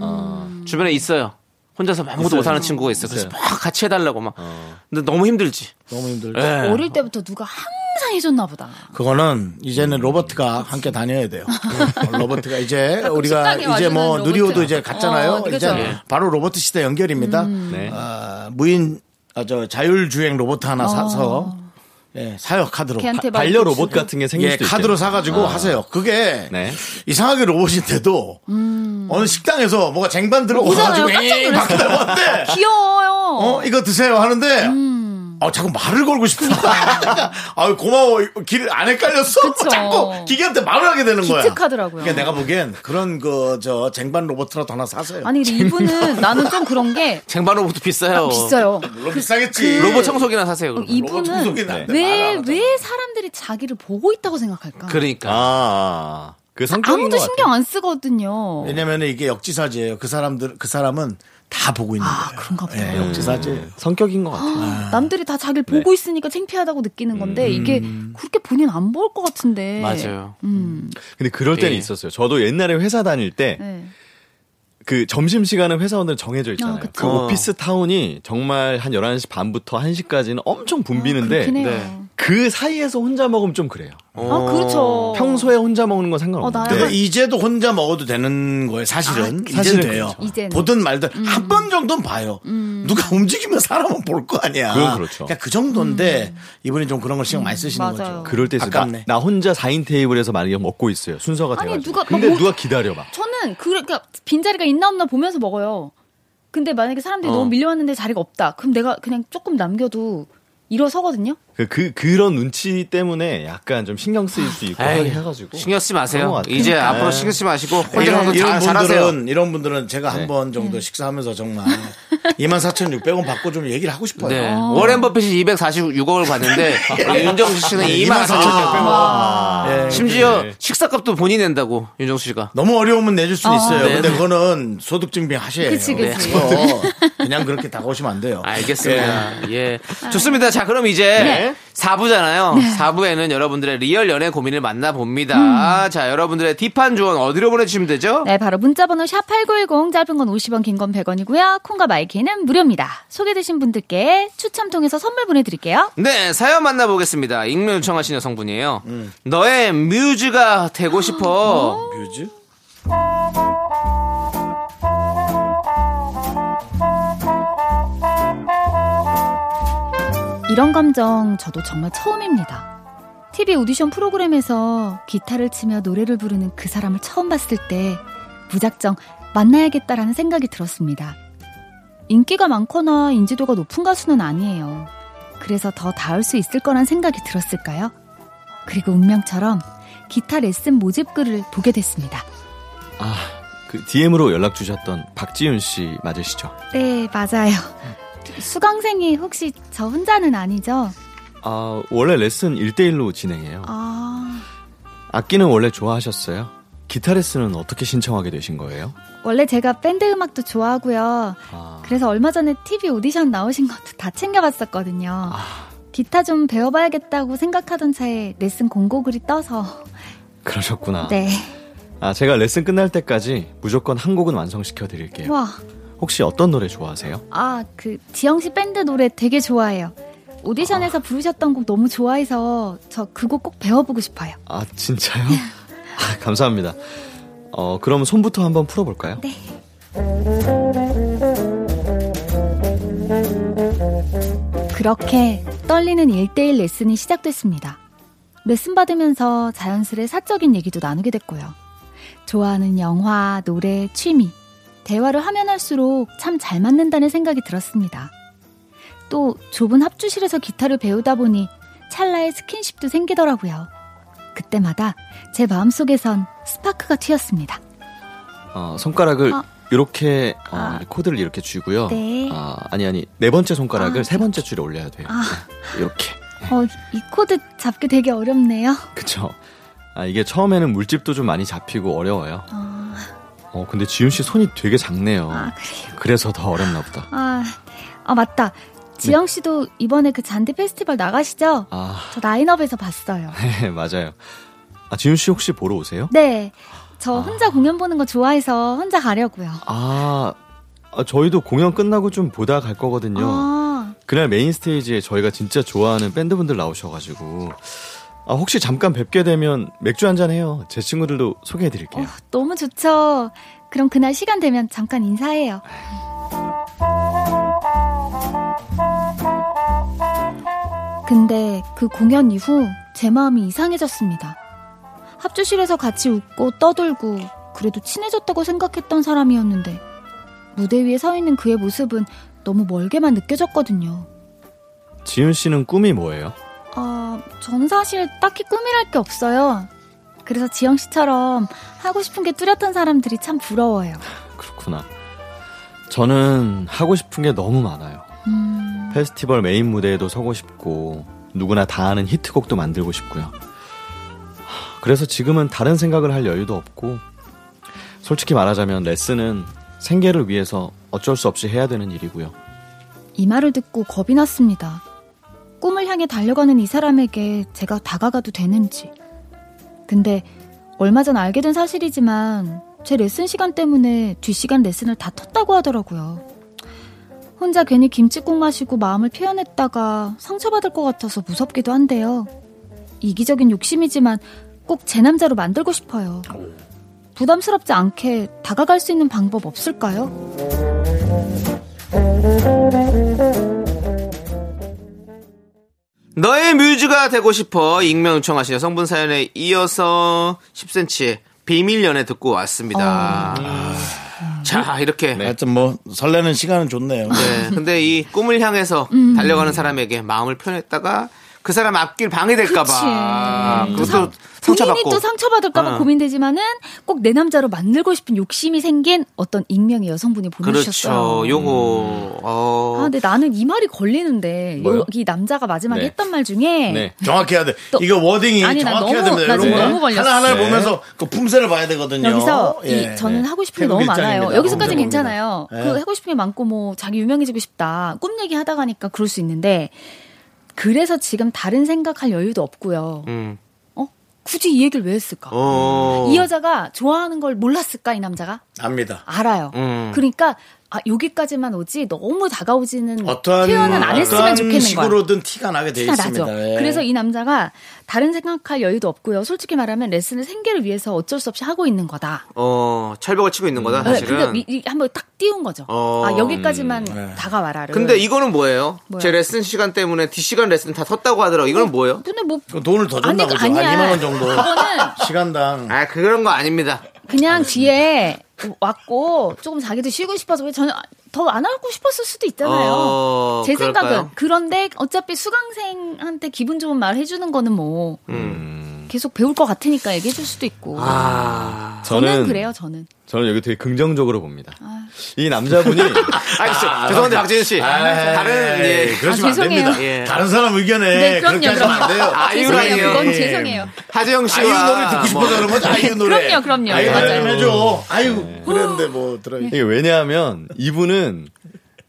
[SPEAKER 2] 주변에 있어요. 어. 혼자서 아무것도 못하는 친구가 어. 있어. 그래서 막 같이 해달라고 막. 근데 너무 힘들지.
[SPEAKER 1] 너무 힘들죠.
[SPEAKER 2] 예.
[SPEAKER 6] 어릴 때부터 누가 항상 해줬나 보다.
[SPEAKER 1] 그거는
[SPEAKER 7] 음.
[SPEAKER 1] 이제는 로버트가 함께 다녀야 돼요. 어, 로버트가 이제 우리가
[SPEAKER 6] 식당에
[SPEAKER 1] 이제 뭐
[SPEAKER 6] 그러니까 와주는
[SPEAKER 1] 누리호도
[SPEAKER 6] 로버트.
[SPEAKER 1] 이제 갔잖아요.
[SPEAKER 6] 어,
[SPEAKER 1] 이제
[SPEAKER 6] 그죠. 음. 예.
[SPEAKER 1] 바로 로버트 시대 연결입니다.
[SPEAKER 7] 네.
[SPEAKER 1] 아, 무인 아, 저 자율주행 로버트 하나 사서 예, 사요 카드로.
[SPEAKER 6] 어. 걔한테 말
[SPEAKER 7] 반려 로봇 같은 게 생길
[SPEAKER 1] 예,
[SPEAKER 7] 수도
[SPEAKER 1] 카드로
[SPEAKER 7] 있대요.
[SPEAKER 1] 사가지고 하세요. 그게
[SPEAKER 7] 네.
[SPEAKER 1] 이상하게 로봇인데도 어느 식당에서 뭐가 쟁반
[SPEAKER 6] 음.
[SPEAKER 1] 들어오가지고
[SPEAKER 6] 오잖아요. 깜짝
[SPEAKER 1] 에이
[SPEAKER 6] 놀랐어요.
[SPEAKER 1] 바뀌다고 한데
[SPEAKER 6] 귀여워요.
[SPEAKER 1] 어, 이거 드세요 하는데,
[SPEAKER 6] 음.
[SPEAKER 1] 아, 자꾸 말을 걸고 싶다. 아유, 고마워. 길 안 헷갈렸어?
[SPEAKER 6] 그쵸.
[SPEAKER 1] 자꾸 기계한테 말을 하게 되는 거야.
[SPEAKER 6] 기특하더라고요.
[SPEAKER 1] 그러니까 내가 보기엔 그런 그, 저, 쟁반 로봇이라도 하나 사세요.
[SPEAKER 6] 아니 근데 이분은 나는 좀 그런 게
[SPEAKER 2] 쟁반 로봇도 비싸요.
[SPEAKER 6] 아, 비싸요.
[SPEAKER 1] 물론 비싸겠지.
[SPEAKER 2] 어. 로봇 청소기나 사세요.
[SPEAKER 6] 어,
[SPEAKER 2] 그럼.
[SPEAKER 6] 이분은
[SPEAKER 1] 청소기는 안 돼.
[SPEAKER 6] 왜
[SPEAKER 1] 말을 안
[SPEAKER 6] 왜
[SPEAKER 1] 하잖아.
[SPEAKER 6] 사람들이 자기를 보고 있다고 생각할까?
[SPEAKER 2] 그러니까.
[SPEAKER 7] 아, 그 성격인
[SPEAKER 6] 아무도
[SPEAKER 7] 것 같아요.
[SPEAKER 6] 신경 안 쓰거든요.
[SPEAKER 1] 왜냐면 이게 역지사지예요. 그 사람들, 그 사람은 다 보고 있는 거예요.
[SPEAKER 6] 아, 그런가 보다.
[SPEAKER 7] 음.
[SPEAKER 1] 예, 역지사지.
[SPEAKER 7] 성격인 것 네. 같아요. 네. 음.
[SPEAKER 6] 남들이 다 자기를 보고 있으니까 창피하다고 느끼는 건데 이게 그렇게 본인 안 볼 것 같은데.
[SPEAKER 2] 맞아요.
[SPEAKER 6] 음.
[SPEAKER 7] 근데 그럴 때는
[SPEAKER 2] 예.
[SPEAKER 7] 있었어요. 저도 옛날에 회사 다닐 때
[SPEAKER 6] 네.
[SPEAKER 7] 그 점심 시간은 회사원들 정해져 있잖아요.
[SPEAKER 6] 아, 그쵸.
[SPEAKER 7] 그
[SPEAKER 2] 어.
[SPEAKER 7] 오피스 타운이 정말 한 11시 반부터 1시까지는 엄청 붐비는데
[SPEAKER 6] 아, 그렇긴 해요.
[SPEAKER 2] 네.
[SPEAKER 7] 그 사이에서 혼자 먹으면 좀 그래요.
[SPEAKER 6] 아, 그렇죠.
[SPEAKER 7] 어, 평소에 네. 혼자 먹는 건
[SPEAKER 6] 어,
[SPEAKER 7] 상관없는데.
[SPEAKER 6] 나
[SPEAKER 1] 근데
[SPEAKER 6] 약간
[SPEAKER 1] 이제도 혼자 먹어도 되는 거예요. 사실은 이제는
[SPEAKER 7] 사실은
[SPEAKER 1] 돼요.
[SPEAKER 6] 그렇죠. 이제는.
[SPEAKER 1] 보든 말든 한 번 정도는 봐요.
[SPEAKER 6] 음.
[SPEAKER 1] 누가 움직이면 사람은 볼 거 아니야.
[SPEAKER 7] 그건 그렇죠.
[SPEAKER 1] 러니까그 정도인데 이분이 좀 그런 걸 신경 많이 쓰시는
[SPEAKER 6] 음. 맞아요.
[SPEAKER 1] 거죠.
[SPEAKER 7] 그럴 때 있어요. 나,
[SPEAKER 1] 아깝네.
[SPEAKER 7] 나 혼자 4인 테이블에서 만약에 먹고 있어요. 순서가
[SPEAKER 6] 아니,
[SPEAKER 7] 돼가지고.
[SPEAKER 6] 누가 막
[SPEAKER 7] 근데
[SPEAKER 6] 뭐-
[SPEAKER 7] 누가 기다려봐.
[SPEAKER 6] 저는 그 그러니까 빈자리가 있나 없나 보면서 먹어요. 근데 만약에 사람들이
[SPEAKER 7] 어.
[SPEAKER 6] 너무 밀려왔는데 자리가 없다. 그럼 내가 그냥 조금 남겨도 일어서거든요.
[SPEAKER 7] 그, 그, 그런 눈치 때문에 약간 좀 신경 쓰일 수 있고
[SPEAKER 2] 에이,
[SPEAKER 7] 해가지고.
[SPEAKER 2] 신경 쓰지
[SPEAKER 7] 그런 것
[SPEAKER 2] 마세요.
[SPEAKER 7] 같아요. 네.
[SPEAKER 2] 이제 앞으로 신경 쓰지 마시고 혼자
[SPEAKER 1] 네. 이런,
[SPEAKER 2] 가서
[SPEAKER 1] 이런
[SPEAKER 2] 잘,
[SPEAKER 1] 분들은
[SPEAKER 2] 잘하세요.
[SPEAKER 1] 이런 분들은 제가 한 번
[SPEAKER 6] 네.
[SPEAKER 1] 정도 식사하면서 정말 24,600원 받고 좀 얘기를 하고 싶어요. 아,
[SPEAKER 2] 네. 워렌 버핏이 246억을 받는데 우리 윤정수 씨는
[SPEAKER 1] 네,
[SPEAKER 2] 2만 4천
[SPEAKER 1] 24,600원. 예,
[SPEAKER 2] 심지어 식사값도 본인이 낸다고 윤정수 씨가.
[SPEAKER 1] 너무 어려우면 내줄 수는 있어요.
[SPEAKER 2] 네.
[SPEAKER 1] 근데 그거는 소득 증빙 하셔야 해요.
[SPEAKER 6] 그치, 그치.
[SPEAKER 1] 그냥 그렇게 다가오시면 안 돼요.
[SPEAKER 2] 알겠습니다. 예. 좋습니다. 자, 그럼 이제
[SPEAKER 6] 네.
[SPEAKER 2] 4부잖아요. 4부에는 여러분들의 리얼 연애 고민을 만나봅니다. 자, 여러분들의 딥한 조언 어디로 보내주시면 되죠?
[SPEAKER 6] 네, 바로 문자번호 샵8910 짧은 건 50원, 긴 건 100원이고요. 콩과 마이키는 무료입니다. 소개되신 분들께 추첨 통해서 선물 보내드릴게요.
[SPEAKER 2] 네, 사연 만나보겠습니다. 익명 요청하신 여성분이에요. 너의 뮤즈가 되고 싶어.
[SPEAKER 1] 뮤즈?
[SPEAKER 6] 이런 감정 저도 정말 처음입니다. TV 오디션 프로그램에서 기타를 치며 노래를 부르는 그 사람을 처음 봤을 때 무작정 만나야겠다라는 생각이 들었습니다. 인기가 많거나 인지도가 높은 가수는 아니에요. 그래서 더 닿을 수 있을 거란 생각이 들었을까요? 그리고 운명처럼 기타 레슨 모집 글을 보게 됐습니다.
[SPEAKER 7] 아, 그 DM으로 연락 주셨던 박지윤 씨 맞으시죠?
[SPEAKER 6] 네, 맞아요. 수강생이 혹시 저 혼자는 아니죠?
[SPEAKER 7] 아, 원래 레슨 1대1로 진행해요.
[SPEAKER 6] 아.
[SPEAKER 7] 악기는 원래 좋아하셨어요? 기타 레슨은 어떻게 신청하게 되신 거예요?
[SPEAKER 6] 원래 제가 밴드 음악도 좋아하고요.
[SPEAKER 7] 아.
[SPEAKER 6] 그래서 얼마 전에 TV 오디션 나오신 것도 다 챙겨봤었거든요. 기타 좀 배워봐야겠다고 생각하던 차에 레슨 공고글이 떠서
[SPEAKER 7] 그러셨구나.
[SPEAKER 6] 네.
[SPEAKER 7] 아, 제가 레슨 끝날 때까지 무조건 한 곡은 완성시켜 드릴게요.
[SPEAKER 6] 와,
[SPEAKER 7] 혹시 어떤 노래 좋아하세요?
[SPEAKER 6] 아 그 지영 씨 밴드 노래 되게 좋아해요. 오디션에서 부르셨던 곡 너무 좋아해서 저 그 곡 꼭 배워보고 싶어요.
[SPEAKER 7] 아, 진짜요? 아, 감사합니다. 어, 그럼 손부터 한번 풀어 볼까요?
[SPEAKER 6] 네. 그렇게 떨리는 1대1 레슨이 시작됐습니다. 레슨 받으면서 자연스레 사적인 얘기도 나누게 됐고요. 좋아하는 영화, 노래, 취미, 대화를 하면 할수록 참 잘 맞는다는 생각이 들었습니다. 또 좁은 합주실에서 기타를 배우다 보니 찰나의 스킨십도 생기더라고요. 그때마다 제 마음속에선 스파크가 튀었습니다.
[SPEAKER 7] 어, 손가락을
[SPEAKER 6] 아.
[SPEAKER 7] 이렇게 어,
[SPEAKER 6] 아.
[SPEAKER 7] 코드를 이렇게 쥐고요.
[SPEAKER 6] 네.
[SPEAKER 7] 아, 아니 아니. 네 번째 손가락을
[SPEAKER 6] 아.
[SPEAKER 7] 세 번째 줄에 올려야 돼요.
[SPEAKER 6] 아.
[SPEAKER 7] 이렇게.
[SPEAKER 6] 어, 이 코드 잡기 되게 어렵네요.
[SPEAKER 7] 그쵸. 아, 이게 처음에는 물집도 좀 많이 잡히고 어려워요.
[SPEAKER 6] 아,
[SPEAKER 7] 어, 근데 지윤 씨 손이 되게 작네요.
[SPEAKER 6] 아, 그래요?
[SPEAKER 7] 그래서 더 어렵나 보다.
[SPEAKER 6] 아, 아, 맞다. 지영 씨도 이번에 그 잔디 페스티벌 나가시죠?
[SPEAKER 7] 아, 네,
[SPEAKER 6] 저 라인업에서 봤어요.
[SPEAKER 7] 맞아요. 아, 지윤 씨 혹시 보러 오세요?
[SPEAKER 6] 네. 저 혼자 공연 보는 거 좋아해서 혼자 가려고요.
[SPEAKER 7] 아, 아, 저희도 공연 끝나고 좀 보다 갈 거거든요.
[SPEAKER 6] 아,
[SPEAKER 7] 그날 메인 스테이지에 저희가 진짜 좋아하는 밴드분들 나오셔가지고. 아, 혹시 잠깐 뵙게 되면 맥주 한잔 해요. 제 친구들도 소개해드릴게요.
[SPEAKER 6] 어, 너무 좋죠. 그럼 그날 시간 되면 잠깐 인사해요. 근데 그 공연 이후 제 마음이 이상해졌습니다. 합주실에서 같이 웃고 떠들고 그래도 친해졌다고 생각했던 사람이었는데 무대 위에 서 있는 그의 모습은 너무 멀게만 느껴졌거든요.
[SPEAKER 7] 지윤 씨는 꿈이 뭐예요?
[SPEAKER 6] 아, 전 사실 딱히 꿈이랄 게 없어요. 그래서 지영 씨처럼 하고 싶은 게 뚜렷한 사람들이 참 부러워요.
[SPEAKER 7] 그렇구나. 저는 하고 싶은 게 너무 많아요.
[SPEAKER 6] 음,
[SPEAKER 7] 페스티벌 메인 무대에도 서고 싶고 누구나 다 아는 히트곡도 만들고 싶고요. 하, 그래서 지금은 다른 생각을 할 여유도 없고 솔직히 말하자면 레슨은 생계를 위해서 어쩔 수 없이 해야 되는 일이고요.
[SPEAKER 6] 이 말을 듣고 겁이 났습니다. 꿈을 향해 달려가는 이 사람에게 제가 다가가도 되는지. 근데 얼마 전 알게 된 사실이지만 제 레슨 시간 때문에 뒷시간 레슨을 다 텄다고 하더라고요. 혼자 괜히 김치국 마시고 마음을 표현했다가 상처받을 것 같아서 무섭기도 한데요. 이기적인 욕심이지만 꼭 제 남자로 만들고 싶어요. 부담스럽지 않게 다가갈 수 있는 방법 없을까요?
[SPEAKER 2] 너의 뮤즈가 되고 싶어 익명 요청하신 여성분 사연에 이어서 10cm의 비밀 연애 듣고 왔습니다.
[SPEAKER 1] 아.
[SPEAKER 2] 자 이렇게 네. 아.
[SPEAKER 1] 하여튼 뭐 설레는 시간은 좋네요.
[SPEAKER 2] 근데 이 꿈을 향해서
[SPEAKER 6] 음.
[SPEAKER 2] 달려가는 사람에게 마음을 표현했다가 그 사람 앞길 방해될까봐
[SPEAKER 6] 그치. 음.
[SPEAKER 2] 그것도
[SPEAKER 6] 상- 본인이
[SPEAKER 2] 상처받고
[SPEAKER 6] 또 상처받을까봐
[SPEAKER 2] 어.
[SPEAKER 6] 고민되지만은 꼭 내 남자로 만들고 싶은 욕심이 생긴 어떤 익명의 여성분이 보내주셨어요.
[SPEAKER 2] 그렇죠. 요거 어,
[SPEAKER 6] 아, 근데 나는 이 말이 걸리는데
[SPEAKER 7] 뭐요?
[SPEAKER 6] 여기 남자가 마지막에
[SPEAKER 7] 네.
[SPEAKER 6] 했던 말 중에
[SPEAKER 7] 네.
[SPEAKER 1] 정확해야 돼.
[SPEAKER 6] 또-
[SPEAKER 1] 이거 워딩이
[SPEAKER 6] 아니, 나
[SPEAKER 1] 정확해야
[SPEAKER 6] 너무-
[SPEAKER 1] 됩니다.
[SPEAKER 6] 나
[SPEAKER 1] 이런
[SPEAKER 6] 지금
[SPEAKER 1] 거
[SPEAKER 6] 너무 걸렸어.
[SPEAKER 1] 하나 하나 를
[SPEAKER 7] 네.
[SPEAKER 1] 보면서 그 품새를 봐야 되거든요.
[SPEAKER 6] 여기서
[SPEAKER 1] 예,
[SPEAKER 6] 이 저는
[SPEAKER 1] 네.
[SPEAKER 6] 하고 싶은 게
[SPEAKER 1] 태국
[SPEAKER 6] 너무 많아요.
[SPEAKER 1] 일장입니다.
[SPEAKER 6] 여기서까지는
[SPEAKER 1] 태국 일장.
[SPEAKER 6] 괜찮아요.
[SPEAKER 1] 예.
[SPEAKER 6] 그 하고 싶은 게 많고 뭐 자기 유명해지고 싶다. 꿈 얘기 하다 가니까 그럴 수 있는데 그래서 지금 다른 생각할 여유도 없고요.
[SPEAKER 2] 음.
[SPEAKER 6] 어? 굳이 이 얘기를 왜 했을까?
[SPEAKER 2] 어,
[SPEAKER 6] 이 여자가 좋아하는 걸 몰랐을까 이 남자가?
[SPEAKER 1] 압니다.
[SPEAKER 6] 알아요.
[SPEAKER 2] 음.
[SPEAKER 6] 그러니까 아, 여기까지만 오지 너무 다가오지는
[SPEAKER 1] 어떠한
[SPEAKER 6] 표현은 안 했으면
[SPEAKER 1] 어떠한
[SPEAKER 6] 좋겠는 거야.
[SPEAKER 1] 식으로든 티가 나게 돼
[SPEAKER 6] 티가 나죠.
[SPEAKER 1] 있습니다. 예.
[SPEAKER 6] 그래서 이 남자가 다른 생각할 여유도 없고요. 솔직히 말하면 레슨을 생계를 위해서 어쩔 수 없이 하고 있는 거다.
[SPEAKER 2] 어, 철벽을 치고 있는
[SPEAKER 1] 아,
[SPEAKER 2] 거다
[SPEAKER 6] 네,
[SPEAKER 2] 사실은.
[SPEAKER 6] 근데 미- 이- 한번 딱 띄운 거죠.
[SPEAKER 2] 어,
[SPEAKER 6] 아 여기까지만
[SPEAKER 1] 음, 네.
[SPEAKER 6] 다가와라를.
[SPEAKER 2] 근데 이거는 뭐예요?
[SPEAKER 6] 네. 뭐야?
[SPEAKER 2] 제 레슨 시간 때문에 D 시간 레슨 다 섰다고 하더라고. 이거는 뭐예요?
[SPEAKER 6] 근데 뭐
[SPEAKER 1] 그럼 돈을 더 줬나
[SPEAKER 6] 아니,
[SPEAKER 1] 보죠.
[SPEAKER 6] 아니야.
[SPEAKER 1] 한 2만 원 정도.
[SPEAKER 6] 그거는-
[SPEAKER 1] 시간당.
[SPEAKER 2] 아 그런 거 아닙니다.
[SPEAKER 6] 그냥 뒤에 왔고 조금 자기도 쉬고 싶어서 왜 저는 더 안 하고 싶었을 수도 있잖아요.
[SPEAKER 2] 어,
[SPEAKER 6] 제
[SPEAKER 2] 그럴까요?
[SPEAKER 6] 생각은 그런데 어차피 수강생한테 기분 좋은 말 해주는 거는 뭐
[SPEAKER 1] 음.
[SPEAKER 6] 계속 배울 것 같으니까 얘기해줄 수도 있고.
[SPEAKER 2] 아,
[SPEAKER 6] 저는, 그래요. 저는
[SPEAKER 7] 저는 여기 되게 긍정적으로 봅니다. 이 남자분이
[SPEAKER 2] 아니, 저- 죄송한데 박진우 씨 다른
[SPEAKER 1] 예,
[SPEAKER 2] 예.
[SPEAKER 1] 그러시면
[SPEAKER 6] 아, 죄송해요.
[SPEAKER 1] 안 됩니다.
[SPEAKER 2] 예.
[SPEAKER 1] 다른 사람 의견에
[SPEAKER 6] 네, 그럼요,
[SPEAKER 1] 그렇게 하시면 안
[SPEAKER 6] 그럼요.
[SPEAKER 1] 돼요.
[SPEAKER 2] 아이유
[SPEAKER 6] 죄송해요.
[SPEAKER 2] 아니에요.
[SPEAKER 6] 그건
[SPEAKER 1] 예.
[SPEAKER 6] 죄송해요.
[SPEAKER 2] 하재영 씨와 뭐,
[SPEAKER 1] 아이유 노래 듣고 싶어서 그런 거죠. 아이유 노래.
[SPEAKER 6] 그럼요, 그럼요.
[SPEAKER 1] 아이유 노래
[SPEAKER 2] 네.
[SPEAKER 6] 맞아요.
[SPEAKER 1] 좀 해줘. 아유 그랬는데 뭐 들어.
[SPEAKER 7] 이게 왜냐하면 이분은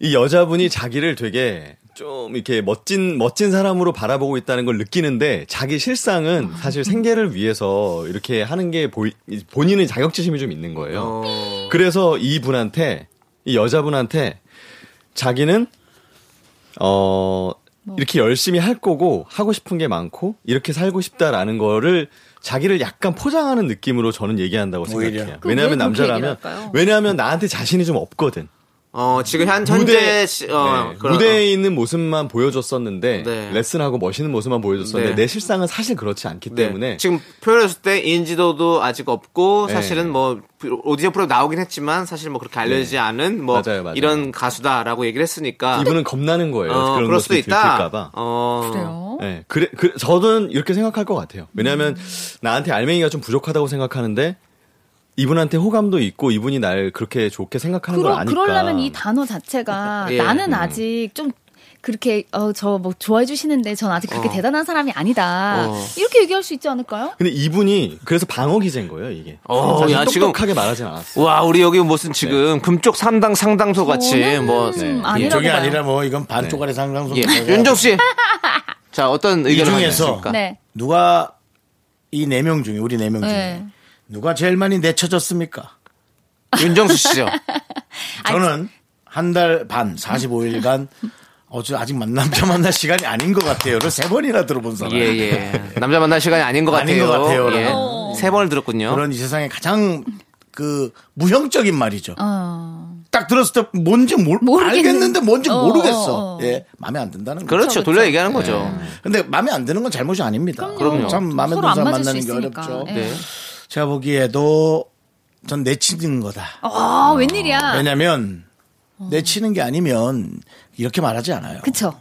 [SPEAKER 7] 이 여자분이 자기를 되게 좀 이렇게 멋진 멋진 사람으로 바라보고 있다는 걸 느끼는데 자기 실상은 사실 생계를 위해서 이렇게 하는 게 보이, 본인의 자격지심이 좀 있는 거예요.
[SPEAKER 1] 어.
[SPEAKER 7] 그래서 이 분한테 이 여자분한테 자기는 어
[SPEAKER 6] 뭐.
[SPEAKER 7] 이렇게 열심히 할 거고 하고 싶은 게 많고 이렇게 살고 싶다라는 거를 자기를 약간 포장하는 느낌으로 저는 얘기한다고
[SPEAKER 1] 오히려.
[SPEAKER 7] 생각해요.
[SPEAKER 6] 그럼 왜
[SPEAKER 7] 왜냐하면
[SPEAKER 6] 그렇게
[SPEAKER 7] 남자라면
[SPEAKER 6] 얘기를 할까요?
[SPEAKER 7] 왜냐하면 나한테 자신이 좀 없거든.
[SPEAKER 2] 어, 지금 현 현재
[SPEAKER 7] 무대
[SPEAKER 2] 시- 어,
[SPEAKER 7] 네,
[SPEAKER 2] 그런-
[SPEAKER 7] 무대에 있는 모습만 보여줬었는데
[SPEAKER 2] 네.
[SPEAKER 7] 레슨하고 멋있는 모습만 보여줬었는데
[SPEAKER 2] 네.
[SPEAKER 7] 내 실상은 사실 그렇지 않기
[SPEAKER 2] 네.
[SPEAKER 7] 때문에
[SPEAKER 2] 지금 표현했을 때 인지도도 아직 없고
[SPEAKER 7] 네.
[SPEAKER 2] 사실은 뭐 오디오 프로 나오긴 했지만 사실 뭐 그렇게 알려지지 않은 뭐
[SPEAKER 7] 맞아요, 맞아요.
[SPEAKER 2] 이런 가수다라고 얘기를 했으니까
[SPEAKER 7] 이분은 겁나는 거예요.
[SPEAKER 2] 어,
[SPEAKER 7] 그런
[SPEAKER 2] 그럴 수도
[SPEAKER 7] 모습이
[SPEAKER 2] 있다.
[SPEAKER 7] 들킬까봐.
[SPEAKER 2] 어. 음.
[SPEAKER 6] 그래요.
[SPEAKER 7] 네, 그래, 그래, 저는 이렇게 생각할 것 같아요. 왜냐하면 나한테 알맹이가 좀 부족하다고 생각하는데 이분한테 호감도 있고 이분이 날 그렇게 좋게 생각하는 걸
[SPEAKER 6] 그러,
[SPEAKER 7] 아니까.
[SPEAKER 6] 그러려면 이 단어 자체가
[SPEAKER 2] 예.
[SPEAKER 6] 나는 아직 좀 그렇게 어 저 뭐 좋아해 주시는데 전 아직 그렇게
[SPEAKER 2] 어.
[SPEAKER 6] 대단한 사람이 아니다
[SPEAKER 2] 어.
[SPEAKER 6] 이렇게 얘기할 수 있지 않을까요?
[SPEAKER 7] 근데 이분이 그래서 방어 기제인 거예요 이게.
[SPEAKER 2] 어,
[SPEAKER 7] 사실
[SPEAKER 2] 야, 지금-
[SPEAKER 7] 똑똑하게 말하진 않았어.
[SPEAKER 2] 와, 우리 여기 무슨 지금
[SPEAKER 1] 네.
[SPEAKER 2] 금쪽 삼당 상당소 같이
[SPEAKER 6] 저는
[SPEAKER 2] 뭐
[SPEAKER 6] 음,
[SPEAKER 7] 네.
[SPEAKER 6] 아니라고
[SPEAKER 1] 저게
[SPEAKER 6] 봐요.
[SPEAKER 1] 아니라 뭐 이건 반쪽 아래 상상소.
[SPEAKER 2] 네. 예. 윤정 씨. 자, 어떤 의견을
[SPEAKER 1] 중에서-
[SPEAKER 2] 가지셨습니까?
[SPEAKER 6] 네.
[SPEAKER 1] 누가 이 네 명 중에 우리 네 명 중에
[SPEAKER 6] 네.
[SPEAKER 1] 누가 제일 많이 내쳐졌습니까?
[SPEAKER 2] 윤정수 씨죠.
[SPEAKER 1] 저는 한 달 반, 45일간 어제 아직 만 남자 만날 시간이 아닌 것 같아요를 세 번이나 들어본 사람.
[SPEAKER 2] 예, 예. 남자 만날 시간이 아닌 것
[SPEAKER 1] 아닌
[SPEAKER 2] 같아요.
[SPEAKER 1] 것 같아요,
[SPEAKER 2] 예.
[SPEAKER 6] 어.
[SPEAKER 1] 라고.
[SPEAKER 2] 세 번을 들었군요.
[SPEAKER 1] 그런 이 세상에 가장 그 무형적인 말이죠.
[SPEAKER 6] 어.
[SPEAKER 1] 딱 들었을 때 뭔지 모르,
[SPEAKER 6] 모르겠는-
[SPEAKER 1] 알겠는데 뭔지
[SPEAKER 6] 어,
[SPEAKER 1] 모르겠어.
[SPEAKER 6] 어, 어.
[SPEAKER 1] 예, 마음에 안 든다는 거죠.
[SPEAKER 2] 그렇죠.
[SPEAKER 6] 그쵸,
[SPEAKER 2] 돌려
[SPEAKER 6] 그쵸.
[SPEAKER 2] 얘기하는 거죠.
[SPEAKER 1] 근데 마음에 안 드는 건 잘못이 아닙니다.
[SPEAKER 2] 그럼요.
[SPEAKER 1] 참 마음에
[SPEAKER 6] 서로
[SPEAKER 1] 드는
[SPEAKER 6] 안
[SPEAKER 1] 사람
[SPEAKER 6] 맞을 수
[SPEAKER 1] 만나는 게
[SPEAKER 6] 있으니까.
[SPEAKER 1] 어렵죠.
[SPEAKER 6] 예.
[SPEAKER 2] 네.
[SPEAKER 1] 제가 보기에도 전 내치는 거다.
[SPEAKER 6] 아 웬일이야?
[SPEAKER 1] 왜냐면 내치는 게 아니면 이렇게 말하지 않아요.
[SPEAKER 6] 어. 그쵸? 음.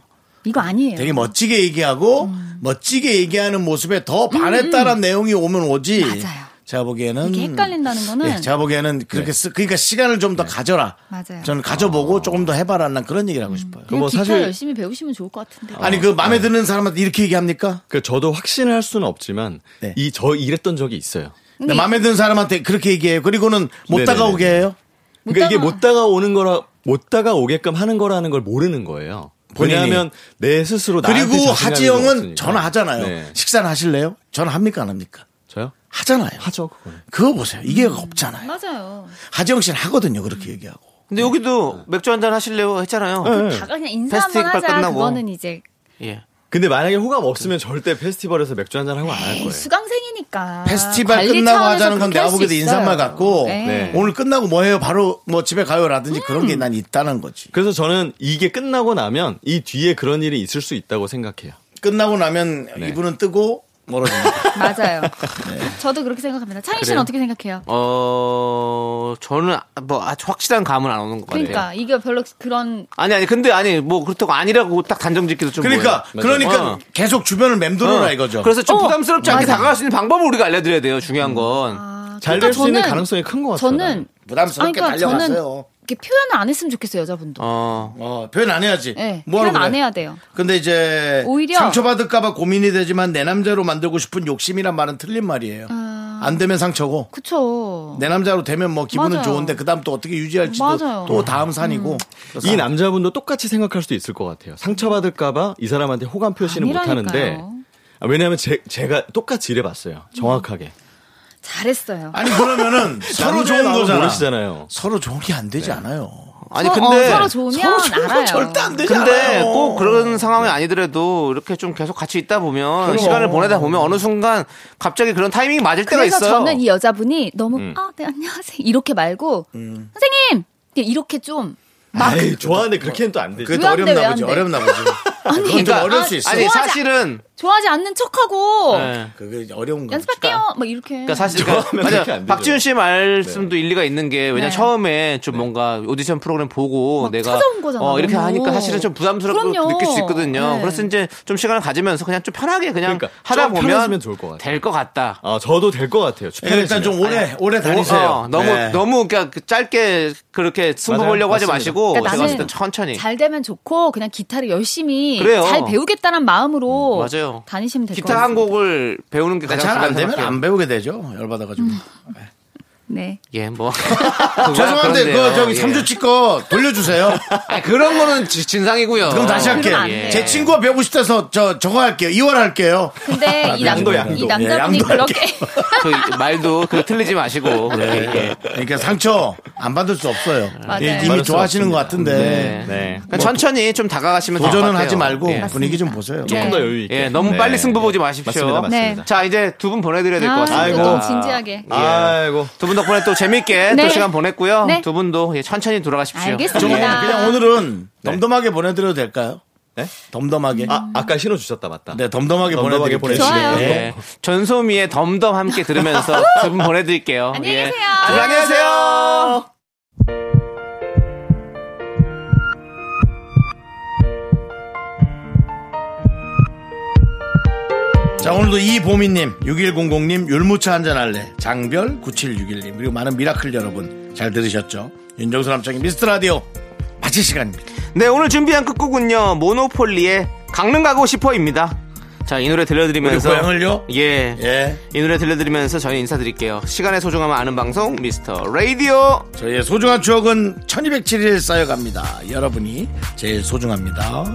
[SPEAKER 6] 이거 아니에요.
[SPEAKER 1] 되게 멋지게 얘기하고 멋지게 얘기하는 모습에 더 반했다는 내용이 오면 오지.
[SPEAKER 6] 음, 맞아요.
[SPEAKER 1] 제가 보기에는
[SPEAKER 6] 이게 헷갈린다는 거는
[SPEAKER 1] 예, 제가 보기에는 그렇게
[SPEAKER 7] 네.
[SPEAKER 1] 쓰, 그러니까 시간을 좀 더 가져라.
[SPEAKER 6] 맞아요. 음.
[SPEAKER 1] 저는 가져보고
[SPEAKER 7] 어.
[SPEAKER 1] 조금 더 해봐라는 그런 얘기를 하고 싶어요.
[SPEAKER 6] 그냥
[SPEAKER 7] 뭐
[SPEAKER 6] 기타
[SPEAKER 7] 사실-
[SPEAKER 6] 열심히 배우시면 좋을 것 같은데.
[SPEAKER 1] 아니 그 마음에
[SPEAKER 7] 어.
[SPEAKER 1] 드는 사람한테 이렇게 얘기합니까?
[SPEAKER 7] 그 저도 확신을 할 수는 없지만
[SPEAKER 1] 네.
[SPEAKER 7] 이 저 이랬던 적이 있어요.
[SPEAKER 1] 근데 네, 마음에 드는 사람한테 그렇게 얘기해요. 그리고는 못
[SPEAKER 7] 네네네.
[SPEAKER 1] 다가오게 해요.
[SPEAKER 7] 그러니까 이게
[SPEAKER 6] 다가와.
[SPEAKER 7] 못 다가오는 거라 못 다가오게끔 하는 거라는 걸 모르는 거예요.
[SPEAKER 1] 본인이.
[SPEAKER 7] 왜냐하면 내 스스로 나한테
[SPEAKER 1] 그리고
[SPEAKER 7] 자신감이
[SPEAKER 1] 하지영은
[SPEAKER 7] 없으니까.
[SPEAKER 1] 전화하잖아요.
[SPEAKER 7] 네.
[SPEAKER 1] 식사는 하실래요? 전화 합니까 안 합니까?
[SPEAKER 7] 저요?
[SPEAKER 1] 하잖아요.
[SPEAKER 7] 하죠 그거는.
[SPEAKER 6] 음.
[SPEAKER 1] 그거 보세요. 이게 없잖아요.
[SPEAKER 6] 맞아요.
[SPEAKER 1] 하지영 씨는 하거든요. 그렇게 얘기하고.
[SPEAKER 2] 근데 여기도 맥주 한잔 하실래요? 했잖아요.
[SPEAKER 1] 네.
[SPEAKER 6] 다 그냥 인사
[SPEAKER 2] 패스트
[SPEAKER 6] 한번
[SPEAKER 2] 이빨
[SPEAKER 6] 하자.
[SPEAKER 2] 끝나고.
[SPEAKER 6] 그거는 이제
[SPEAKER 2] 예.
[SPEAKER 7] 근데 만약에 호감 없으면 절대 페스티벌에서 맥주 한잔 하고 안 할 거예요.
[SPEAKER 6] 수강생이니까.
[SPEAKER 1] 페스티벌
[SPEAKER 6] 아, 관리
[SPEAKER 1] 끝나고
[SPEAKER 6] 차원에서
[SPEAKER 1] 하자는 건
[SPEAKER 6] 그렇게
[SPEAKER 1] 내가
[SPEAKER 6] 할수
[SPEAKER 1] 보기에도
[SPEAKER 6] 있어요.
[SPEAKER 1] 인사말 같고
[SPEAKER 6] 네.
[SPEAKER 7] 네.
[SPEAKER 1] 오늘 끝나고 뭐 해요? 바로 뭐 집에 가요라든지 그런
[SPEAKER 6] 음.
[SPEAKER 1] 게 난 있다는 거지.
[SPEAKER 7] 그래서 저는 이게 끝나고 나면 이 뒤에 그런 일이 있을 수 있다고 생각해요.
[SPEAKER 1] 끝나고 나면
[SPEAKER 2] 네.
[SPEAKER 1] 이분은 뜨고 멀어집니다.
[SPEAKER 6] 맞아요. 저도 그렇게 생각합니다. 창희 씨는
[SPEAKER 2] 그래요?
[SPEAKER 6] 어떻게 생각해요?
[SPEAKER 2] 어, 저는 뭐 아주 확실한 감은 안 오는 것 같아요.
[SPEAKER 6] 그러니까 이게 별로 그런
[SPEAKER 2] 아니 아니 근데 아니 뭐 그렇다고 아니라고 딱 단정 짓기도 좀
[SPEAKER 1] 그러니까
[SPEAKER 2] 뭐예요.
[SPEAKER 1] 그러니까
[SPEAKER 2] 어.
[SPEAKER 1] 계속 주변을 맴돌아라
[SPEAKER 2] 어.
[SPEAKER 1] 이거죠.
[SPEAKER 2] 그래서 좀
[SPEAKER 6] 어,
[SPEAKER 2] 부담스럽지 않게
[SPEAKER 6] 맞아. 음. 아.
[SPEAKER 2] 다가갈 수 있는 방법을 우리가 알려드려야 돼요. 중요한 건.
[SPEAKER 7] 잘 될 수 있는 가능성이 큰 것 같아요.
[SPEAKER 6] 그러니까 저는
[SPEAKER 1] 부담스럽게
[SPEAKER 6] 아니, 그러니까
[SPEAKER 1] 달려가세요.
[SPEAKER 6] 저는 이렇게 표현을 안 했으면 좋겠어요, 여자분도.
[SPEAKER 2] 어.
[SPEAKER 1] 어, 표현 안 해야지.
[SPEAKER 6] 네,
[SPEAKER 1] 뭐하러
[SPEAKER 6] 표현 안
[SPEAKER 1] 그래?
[SPEAKER 6] 해야 돼요.
[SPEAKER 1] 근데 이제
[SPEAKER 6] 오히려-
[SPEAKER 1] 상처받을까봐 고민이 되지만 내 남자로 만들고 싶은 욕심이란 말은 틀린 말이에요. 안 되면 상처고
[SPEAKER 6] 그쵸.
[SPEAKER 1] 내 남자로 되면 뭐 기분은
[SPEAKER 6] 아. 맞아요.
[SPEAKER 1] 좋은데 그 다음 또 어떻게 유지할지도
[SPEAKER 6] 맞아요.
[SPEAKER 1] 또 다음 산이고
[SPEAKER 7] 이 남자분도 똑같이 생각할 수도 있을 것 같아요. 상처받을까봐 이 사람한테 호감 표시는
[SPEAKER 6] 아니라니까요.
[SPEAKER 7] 못하는데 아, 왜냐하면 제, 제가 똑같이 일해봤어요. 정확하게.
[SPEAKER 6] 잘했어요.
[SPEAKER 1] 아니 그러면은 서로
[SPEAKER 7] 남자의
[SPEAKER 1] 좋은
[SPEAKER 7] 마음을
[SPEAKER 1] 거잖아.
[SPEAKER 7] 모르시잖아요.
[SPEAKER 1] 서로 좋은 게 안 되지 않아요.
[SPEAKER 2] 아니
[SPEAKER 6] 서-
[SPEAKER 2] 근데
[SPEAKER 6] 어, 서로 좋으면 알아요.
[SPEAKER 1] 절대 안 되지
[SPEAKER 2] 근데
[SPEAKER 1] 않아요.
[SPEAKER 6] 어.
[SPEAKER 2] 꼭 그런 상황이 아니더라도 이렇게 좀 계속 같이 있다 보면
[SPEAKER 1] 그럼.
[SPEAKER 2] 시간을 보내다 보면 어느 순간 갑자기 그런 타이밍이 맞을 때가
[SPEAKER 6] 그래서
[SPEAKER 2] 있어요.
[SPEAKER 6] 저는 이 여자분이 너무 아, 네 안녕하세요 이렇게 말고
[SPEAKER 1] 음.
[SPEAKER 6] 선생님 이렇게 좀 막.
[SPEAKER 7] 아이 좋아하는데 그렇게는 또 안 되죠.
[SPEAKER 1] 그게
[SPEAKER 6] 왜
[SPEAKER 1] 더
[SPEAKER 6] 안 돼, 왜안
[SPEAKER 1] 어렵나 보지.
[SPEAKER 6] 돼?
[SPEAKER 1] 어렵나 보지. 아니, 그건 좀
[SPEAKER 2] 그러니까
[SPEAKER 1] 어려울
[SPEAKER 6] 아,
[SPEAKER 1] 수 있어.
[SPEAKER 2] 아니
[SPEAKER 6] 좋아하지 어.
[SPEAKER 2] 사실은
[SPEAKER 6] 좋아하지 않는 척하고
[SPEAKER 2] 네.
[SPEAKER 1] 그게 어려운 거지.
[SPEAKER 6] 연습할게요. 막 이렇게.
[SPEAKER 2] 그러니까 사실 그러니까
[SPEAKER 7] 좋아하면 그렇게
[SPEAKER 2] 맞아
[SPEAKER 7] 안 되죠.
[SPEAKER 2] 박지훈 씨 말씀도 일리가 있는 게 왜냐
[SPEAKER 6] 네.
[SPEAKER 2] 면 처음에 좀 뭔가 오디션 프로그램 보고
[SPEAKER 6] 막
[SPEAKER 2] 내가
[SPEAKER 6] 찾아온 거잖아,
[SPEAKER 2] 어, 이렇게
[SPEAKER 6] 너무.
[SPEAKER 2] 하니까 사실은 좀 부담스럽고
[SPEAKER 6] 그럼요.
[SPEAKER 2] 느낄 수 있거든요.
[SPEAKER 6] 네.
[SPEAKER 2] 그래서 이제 좀 시간을 가지면서 그냥 좀 편하게 그냥
[SPEAKER 7] 그러니까
[SPEAKER 2] 하다
[SPEAKER 7] 좀 편해지면
[SPEAKER 2] 보면
[SPEAKER 7] 좋을 것 같아요.
[SPEAKER 2] 될 것 같다.
[SPEAKER 7] 아 저도 될 것 같아요.
[SPEAKER 2] 예,
[SPEAKER 1] 그러니까 일단 좀 오래 오래 다니세요.
[SPEAKER 2] 어, 너무
[SPEAKER 1] 네.
[SPEAKER 2] 너무 그러니까 그 짧게 그렇게 승부
[SPEAKER 7] 맞아요.
[SPEAKER 2] 보려고 하지
[SPEAKER 7] 맞습니다.
[SPEAKER 2] 마시고
[SPEAKER 6] 그러니까
[SPEAKER 2] 제가 봤을 땐
[SPEAKER 6] 나는
[SPEAKER 2] 천천히.
[SPEAKER 6] 잘 되면 좋고 그냥 기타를 열심히
[SPEAKER 2] 그래요.
[SPEAKER 6] 잘 배우겠다는
[SPEAKER 2] 음,
[SPEAKER 6] 마음으로
[SPEAKER 2] 맞아요.
[SPEAKER 6] 다니시면 될 것
[SPEAKER 2] 기타 한
[SPEAKER 6] 같아요.
[SPEAKER 2] 곡을 배우는 게 가장
[SPEAKER 1] 아, 잘안
[SPEAKER 2] 중요하다고
[SPEAKER 1] 되면
[SPEAKER 2] 생각해요.
[SPEAKER 1] 안 배우게 되죠. 열받아가지고.
[SPEAKER 6] 음. 네.
[SPEAKER 2] 예, 뭐. 그건
[SPEAKER 1] 죄송한데
[SPEAKER 2] 그런데요.
[SPEAKER 1] 그 저기
[SPEAKER 2] 예.
[SPEAKER 1] 삼주치 거 돌려주세요.
[SPEAKER 2] 아, 그런 거는 지- 진상이고요.
[SPEAKER 1] 그럼 다시 할게.
[SPEAKER 6] 그럼 안 돼.
[SPEAKER 1] 제 친구가 배우고 싶다서 저 저거 할게요. 이월 할게요.
[SPEAKER 6] 근데 이, 남,
[SPEAKER 7] 양도, 양도.
[SPEAKER 6] 이 남자분이
[SPEAKER 1] 예, 양도
[SPEAKER 6] 그렇게
[SPEAKER 2] 그 말도 그 틀리지
[SPEAKER 1] 네.
[SPEAKER 2] 마시고. 예.
[SPEAKER 1] 그러니까 상처 안 받을 수 없어요.
[SPEAKER 6] 맞아요.
[SPEAKER 1] 예, 이미
[SPEAKER 7] 받을 수
[SPEAKER 1] 좋아하시는 것 같은데
[SPEAKER 2] 네.
[SPEAKER 7] 네.
[SPEAKER 2] 그러니까 천천히 좀 다가가시면
[SPEAKER 1] 음.
[SPEAKER 2] 될것
[SPEAKER 1] 도전은
[SPEAKER 2] 같아요.
[SPEAKER 1] 하지 말고
[SPEAKER 2] 예.
[SPEAKER 1] 분위기 좀 보세요.
[SPEAKER 7] 조금 더 여유 있게.
[SPEAKER 2] 예, 너무 빨리 승부 보지 마십시오.
[SPEAKER 7] 네. 맞습니다, 맞습니다.
[SPEAKER 2] 자, 이제 두 분 보내드려야 될 것
[SPEAKER 6] 아,
[SPEAKER 2] 같습니다.
[SPEAKER 6] 이거 좀 진지하게.
[SPEAKER 2] 예.
[SPEAKER 7] 아이고
[SPEAKER 2] 두 분 덕분에 또 재밌게
[SPEAKER 6] 네.
[SPEAKER 2] 두 시간 보냈고요.
[SPEAKER 6] 네.
[SPEAKER 2] 두 분도 예, 천천히 돌아가십시오. 예.
[SPEAKER 6] 알겠습니다.
[SPEAKER 1] 좀 그냥 오늘은 덤덤하게 보내드려도 될까요?
[SPEAKER 7] 네?
[SPEAKER 1] 덤덤하게.
[SPEAKER 7] 아 아까 신호 주셨다 맞다.
[SPEAKER 1] 네, 덤덤하게,
[SPEAKER 7] 덤덤하게
[SPEAKER 1] 보내드릴게요. 네.
[SPEAKER 6] 보내주세요. 좋아요.
[SPEAKER 2] 예. 전소미의 덤덤 함께 들으면서 두 분 보내드릴게요.
[SPEAKER 6] 안녕히
[SPEAKER 2] 예.
[SPEAKER 6] 계세요.
[SPEAKER 2] 두 분 안녕히 계세요.
[SPEAKER 1] 자, 오늘도 이보미님, 6100님, 율무차 한잔 할래, 장별 9761님, 그리고 많은 미라클 여러분 잘 들으셨죠? 윤정수 남창의 미스터 라디오 마칠 시간입니다. 그
[SPEAKER 2] 네, 오늘 준비한 끝곡은요. 모노폴리의 강릉 가고 싶어입니다. 자, 이 노래 들려드리면서
[SPEAKER 1] 우리 고향을요?
[SPEAKER 2] 예.
[SPEAKER 1] 예.
[SPEAKER 2] 이 노래 들려드리면서 저희 인사드릴게요. 시간의 소중함을 아는 방송 미스터 라디오.
[SPEAKER 1] 저희의 소중한 추억은 1207일 쌓여갑니다. 여러분이 제일 소중합니다.